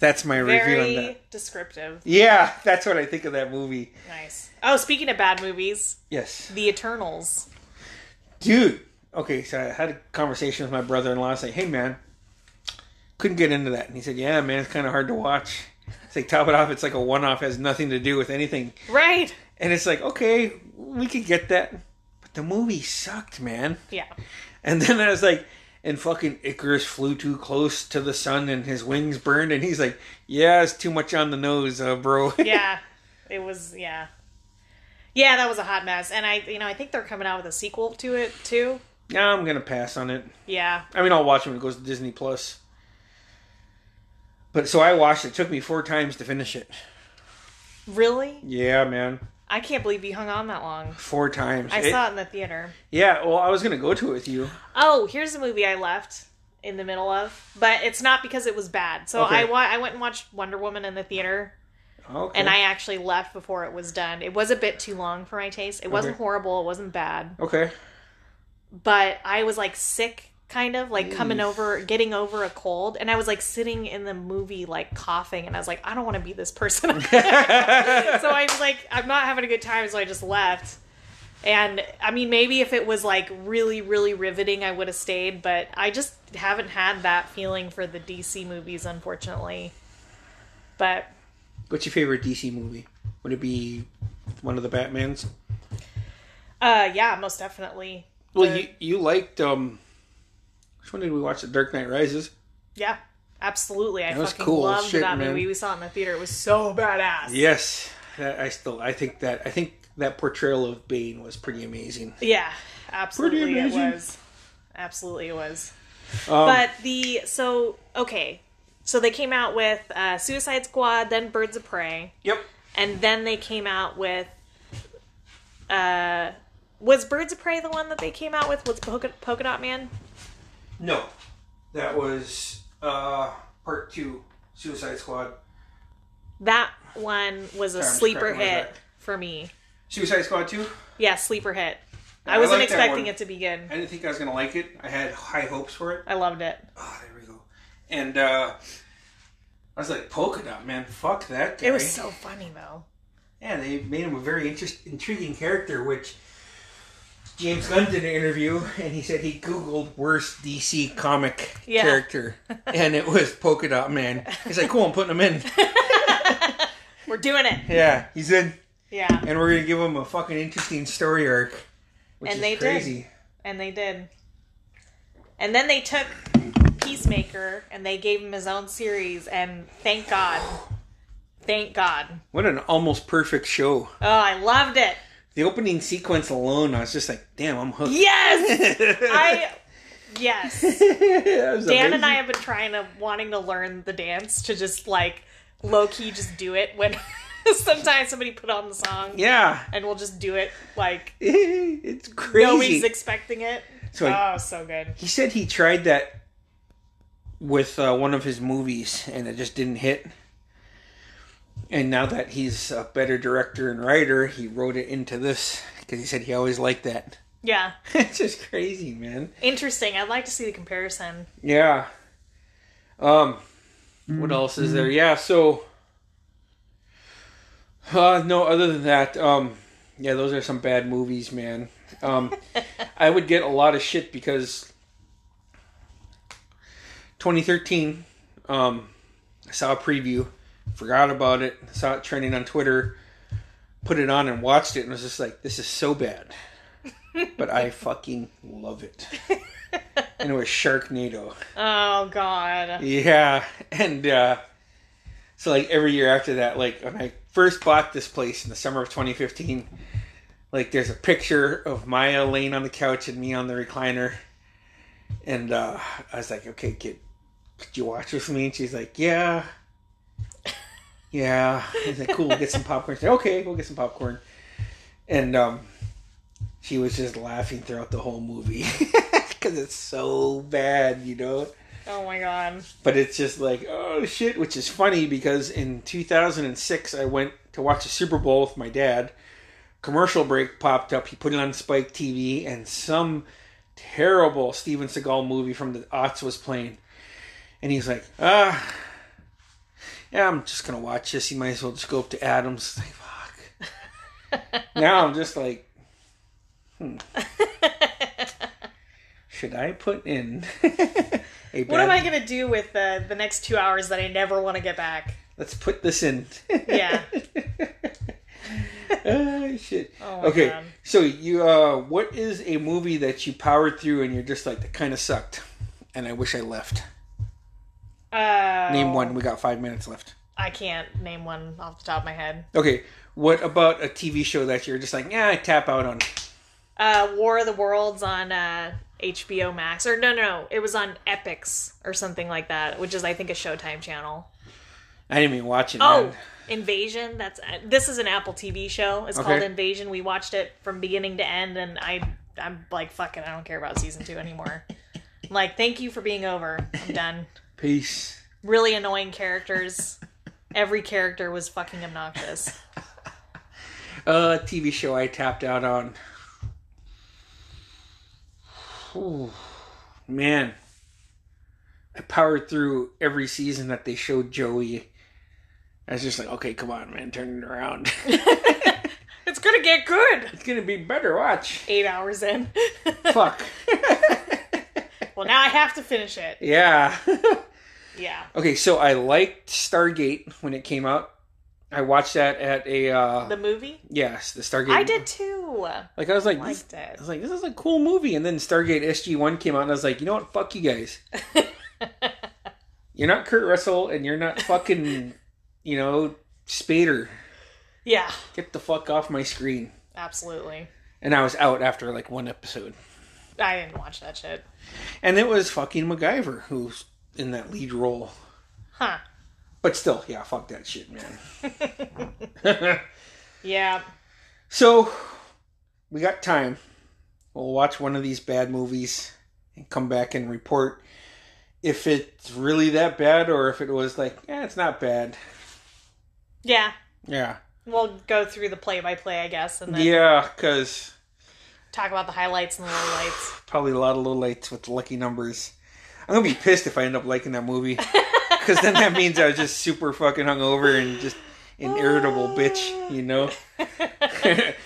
[SPEAKER 1] That's my review on
[SPEAKER 2] very
[SPEAKER 1] that.
[SPEAKER 2] descriptive.
[SPEAKER 1] Yeah, that's what I think of that movie.
[SPEAKER 2] Nice. Oh, speaking of bad movies,
[SPEAKER 1] Yes.
[SPEAKER 2] The Eternals.
[SPEAKER 1] dude okay so i had a conversation with my brother-in-law i say hey man couldn't get into that and he said yeah man it's kind of hard to watch it's like top it off it's like a one-off has nothing to do with anything
[SPEAKER 2] Right.
[SPEAKER 1] and it's like okay we could get that but the movie sucked man
[SPEAKER 2] Yeah.
[SPEAKER 1] and then i was like and fucking icarus flew too close to the sun and his wings burned and he's like yeah it's too much on the nose uh, bro
[SPEAKER 2] Yeah. it was. Yeah. Yeah, that was a hot mess, and I, you know, I think they're coming out with a sequel to it too.
[SPEAKER 1] nah, i'm gonna pass on it
[SPEAKER 2] Yeah.
[SPEAKER 1] I mean, I'll watch it when it goes to Disney Plus. But so I watched it. It took me four times to finish it.
[SPEAKER 2] Really?
[SPEAKER 1] Yeah, man,
[SPEAKER 2] I can't believe you hung on that long.
[SPEAKER 1] four times.
[SPEAKER 2] I
[SPEAKER 1] It-
[SPEAKER 2] saw it in the theater.
[SPEAKER 1] Yeah, well, I was gonna go to it with you.
[SPEAKER 2] Oh, here's a movie I left in the middle of, but it's not because it was bad. So
[SPEAKER 1] Okay.
[SPEAKER 2] I wa- I went and watched Wonder Woman in the theater,
[SPEAKER 1] Okay.
[SPEAKER 2] and I actually left before it was done. It was a bit too long for my taste. It wasn't
[SPEAKER 1] Okay.
[SPEAKER 2] horrible. It wasn't bad,
[SPEAKER 1] okay.
[SPEAKER 2] but I was like sick, kind of like coming over, getting over a cold, and I was like sitting in the movie like coughing, and I was like, I don't want to be this person. so I'm like, I'm not having a good time, so I just left. And I mean, maybe if it was like really, really riveting, I would have stayed, but I just haven't had that feeling for the DC movies, unfortunately. But
[SPEAKER 1] What's your favorite DC movie? Would it be one of the Batmans?
[SPEAKER 2] uh, yeah, most definitely.
[SPEAKER 1] Well,
[SPEAKER 2] The-
[SPEAKER 1] you you liked um, Uh, which one did we watch? The Dark Knight Rises.
[SPEAKER 2] yeah, absolutely. I
[SPEAKER 1] was
[SPEAKER 2] fucking
[SPEAKER 1] cool as
[SPEAKER 2] loved
[SPEAKER 1] shit,
[SPEAKER 2] that
[SPEAKER 1] man.
[SPEAKER 2] movie. We saw it in the theater. It was so badass.
[SPEAKER 1] Yes, that, I still I think that I think that portrayal of Bane was pretty amazing.
[SPEAKER 2] Yeah, absolutely it
[SPEAKER 1] amazing.
[SPEAKER 2] was. Absolutely it was.
[SPEAKER 1] Um,
[SPEAKER 2] But the so okay, so they came out with uh, Suicide Squad, then Birds of Prey,
[SPEAKER 1] yep.
[SPEAKER 2] and then they came out with. Uh, was Birds of Prey the one that they came out with? Was Polka, Polka Dot Man?
[SPEAKER 1] No, that was uh part two, Suicide Squad.
[SPEAKER 2] That one was a
[SPEAKER 1] Sorry, I'm
[SPEAKER 2] sleeper
[SPEAKER 1] scratching my
[SPEAKER 2] hit
[SPEAKER 1] back.
[SPEAKER 2] for me.
[SPEAKER 1] Suicide Squad two.
[SPEAKER 2] Yeah, sleeper hit.
[SPEAKER 1] I
[SPEAKER 2] I wasn't
[SPEAKER 1] like that
[SPEAKER 2] expecting
[SPEAKER 1] one.
[SPEAKER 2] it to be good.
[SPEAKER 1] I didn't think I was gonna like it. I had high hopes for it.
[SPEAKER 2] I loved it.
[SPEAKER 1] Oh, there we go. And uh I was like, polka dot man, fuck that guy.
[SPEAKER 2] It was so funny though.
[SPEAKER 1] yeah. They made him a very interest, intriguing character, which James Gunn did an interview, and he said he googled worst DC comic
[SPEAKER 2] Yeah.
[SPEAKER 1] character, and it was polka dot man. He's like, cool, I'm putting him in.
[SPEAKER 2] We're doing it.
[SPEAKER 1] Yeah, he's in.
[SPEAKER 2] Yeah.
[SPEAKER 1] and we're gonna give them a fucking interesting story arc, which
[SPEAKER 2] And
[SPEAKER 1] is
[SPEAKER 2] they did.
[SPEAKER 1] crazy.
[SPEAKER 2] And they did. And then they took Peacemaker and they gave him his own series, and thank God. Thank God.
[SPEAKER 1] What an almost perfect show!
[SPEAKER 2] Oh, I loved it.
[SPEAKER 1] The opening sequence alone, I was just like, "Damn, I'm hooked."
[SPEAKER 2] Yes! I. Yes. Dan
[SPEAKER 1] Dan
[SPEAKER 2] and I have been trying to, wanting to learn the dance to just like low key just do it when sometimes somebody put on the song
[SPEAKER 1] yeah,
[SPEAKER 2] and we'll just do it like
[SPEAKER 1] it's crazy.
[SPEAKER 2] nobody's expecting it.
[SPEAKER 1] so I-
[SPEAKER 2] oh, so good.
[SPEAKER 1] he said he tried that with uh, one of his movies, and it just didn't hit. And now that he's a better director and writer, he wrote it into this because he said he always liked that.
[SPEAKER 2] Yeah.
[SPEAKER 1] it's just crazy, man.
[SPEAKER 2] Interesting. I'd like to see the comparison.
[SPEAKER 1] Yeah. Um, what else is there? Yeah. So, uh, no. Other than that, um, yeah, those are some bad movies, man. Um, I would get a lot of shit because 2013, um, I saw a preview, forgot about it, saw it trending on Twitter, put it on and watched it, and was just like, this is so bad. but I fucking love it. and it was Sharknado.
[SPEAKER 2] Oh god.
[SPEAKER 1] Yeah, and uh, so like every year after that, like when I first bought this place in the summer of 2015, like there's a picture of Maya laying on the couch and me on the recliner, and uh, I was like, okay, kid, could you watch with me? And she's like, yeah, yeah. I was like, cool, we'll get some popcorn. She's like, okay, we'll get some popcorn, and um, she was just laughing throughout the whole movie because it's so bad, you know
[SPEAKER 2] Oh my god.
[SPEAKER 1] but it's just like oh shit which is funny because in 2006 i went to watch a super bowl with my dad commercial break popped up he put it on spike tv and some terrible steven seagal movie from the aughts was playing and he's like ah yeah i'm just gonna watch this you might as well just go up to adams like fuck now i'm just like hmm should i put in a
[SPEAKER 2] What am
[SPEAKER 1] bad-
[SPEAKER 2] I gonna do with the the next two hours that I never want to get back?
[SPEAKER 1] Let's put this in.
[SPEAKER 2] Yeah.
[SPEAKER 1] Ah, shit.
[SPEAKER 2] Oh my
[SPEAKER 1] okay.
[SPEAKER 2] God.
[SPEAKER 1] So you, uh, what is a movie that you powered through and you're just like that kind of sucked, and I wish I left.
[SPEAKER 2] Uh,
[SPEAKER 1] Name one. We got five minutes left.
[SPEAKER 2] I can't name one off the top of my head.
[SPEAKER 1] Okay. What about a TV show that you're just like, yeah, I tap out on?
[SPEAKER 2] Uh, War of the Worlds on uh, HBO Max, or no, no, it was on Epics or something like that, which is I think a Showtime channel.
[SPEAKER 1] I didn't even watch it.
[SPEAKER 2] Oh,
[SPEAKER 1] man.
[SPEAKER 2] Invasion. That's uh, this is an Apple TV show. It's
[SPEAKER 1] Okay.
[SPEAKER 2] called Invasion. We watched it from beginning to end, and I I'm like fucking. I don't care about season two anymore. I'm like, thank you for being over. I'm done.
[SPEAKER 1] Peace.
[SPEAKER 2] Really annoying characters. Every character was fucking obnoxious.
[SPEAKER 1] Uh, TV show I tapped out on. Ooh, man, I powered through every season that they showed Joey. I was just like, okay, come on, man, turn it around.
[SPEAKER 2] It's gonna get good.
[SPEAKER 1] it's gonna be better. Watch.
[SPEAKER 2] Eight hours in.
[SPEAKER 1] Fuck.
[SPEAKER 2] well, now I have to finish it.
[SPEAKER 1] yeah.
[SPEAKER 2] Yeah.
[SPEAKER 1] okay, so I liked Stargate when it came out. I watched that at a uh,
[SPEAKER 2] The movie?
[SPEAKER 1] yes, the Stargate.
[SPEAKER 2] I did too.
[SPEAKER 1] Like I was like, this,
[SPEAKER 2] Liked it.
[SPEAKER 1] I was like, this is a cool movie. And then Stargate SG One came out, and I was like, you know what? Fuck you guys. you're not Kurt Russell, and you're not fucking, you know, Spader.
[SPEAKER 2] Yeah,
[SPEAKER 1] Get the fuck off my screen.
[SPEAKER 2] absolutely.
[SPEAKER 1] And I was out after like one episode,
[SPEAKER 2] I didn't watch that shit.
[SPEAKER 1] and it was fucking MacGyver who's in that lead role.
[SPEAKER 2] Huh.
[SPEAKER 1] But still, yeah, fuck that shit, man.
[SPEAKER 2] Yeah.
[SPEAKER 1] so we got time. We'll watch one of these bad movies and come back and report if it's really that bad or if it was like, yeah, it's not bad.
[SPEAKER 2] Yeah.
[SPEAKER 1] Yeah.
[SPEAKER 2] We'll go through the play by play, I guess, and then
[SPEAKER 1] Yeah, because
[SPEAKER 2] talk about the highlights and the lowlights.
[SPEAKER 1] probably a lot of low lights with lucky numbers. I'm gonna be pissed if I end up liking that movie, because then that means I was just super fucking hungover and just an irritable bitch, you know.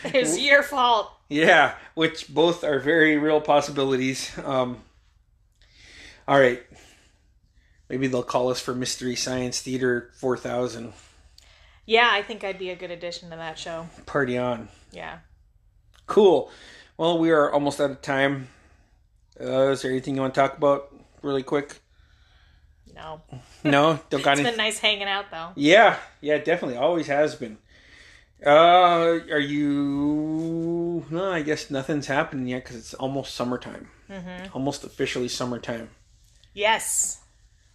[SPEAKER 2] it's your fault.
[SPEAKER 1] Yeah, which both are very real possibilities. Um, all right. Maybe they'll call us for Mystery Science Theater 4000.
[SPEAKER 2] Yeah, I think I'd be a good addition to that show.
[SPEAKER 1] Party on.
[SPEAKER 2] Yeah.
[SPEAKER 1] Cool. Well, we are almost out of time. Uh, is there anything you want to talk about really quick?
[SPEAKER 2] No.
[SPEAKER 1] No? Don't got
[SPEAKER 2] It's
[SPEAKER 1] any?
[SPEAKER 2] been nice hanging out though.
[SPEAKER 1] Yeah, yeah, definitely. Always has been. Uh, are you. No, I guess nothing's happening yet because it's almost summertime.
[SPEAKER 2] Mm-hmm.
[SPEAKER 1] Almost officially summertime.
[SPEAKER 2] Yes.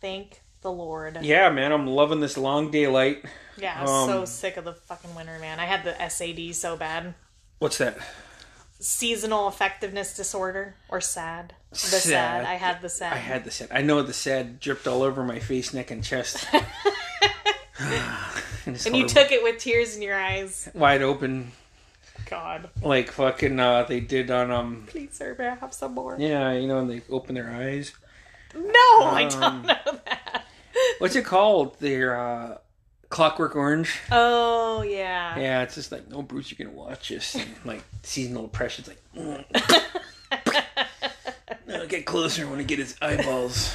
[SPEAKER 2] Thank the Lord.
[SPEAKER 1] Yeah, man, I'm loving this long daylight.
[SPEAKER 2] Yeah, I was so
[SPEAKER 1] Um,
[SPEAKER 2] sick of the fucking winter, man. I had the SAD so bad.
[SPEAKER 1] What's that?
[SPEAKER 2] Seasonal affectiveness disorder or sad. The sad.
[SPEAKER 1] Sad.
[SPEAKER 2] I had the sad.
[SPEAKER 1] I had the sad. I know the sad dripped all over my face, neck, and chest. and it's
[SPEAKER 2] and you
[SPEAKER 1] horrible.
[SPEAKER 2] took it with tears in your eyes.
[SPEAKER 1] wide open,
[SPEAKER 2] God.
[SPEAKER 1] like fucking uh, they did on um.
[SPEAKER 2] Please, sir, may I have some more?
[SPEAKER 1] Yeah, you know, and they open their eyes.
[SPEAKER 2] No, I don't know that.
[SPEAKER 1] What's it called? Their uh, Clockwork Orange.
[SPEAKER 2] Oh yeah.
[SPEAKER 1] Yeah, it's just like, no, Bruce, you're gonna watch this. And, like seasonal depression's like, mm. no, get closer. I want to get his eyeballs.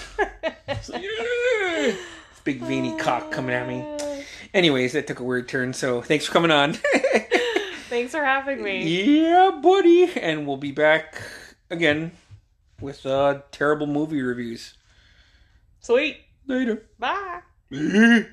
[SPEAKER 1] It's like, "Yeah." Big veiny cock coming at me.
[SPEAKER 2] Uh,
[SPEAKER 1] Anyways, that took a weird turn. So thanks for coming on.
[SPEAKER 2] Thanks for having me.
[SPEAKER 1] yeah, buddy. And we'll be back again with uh, terrible movie reviews
[SPEAKER 2] Sweet.
[SPEAKER 1] later.
[SPEAKER 2] Bye.
[SPEAKER 1] Bye.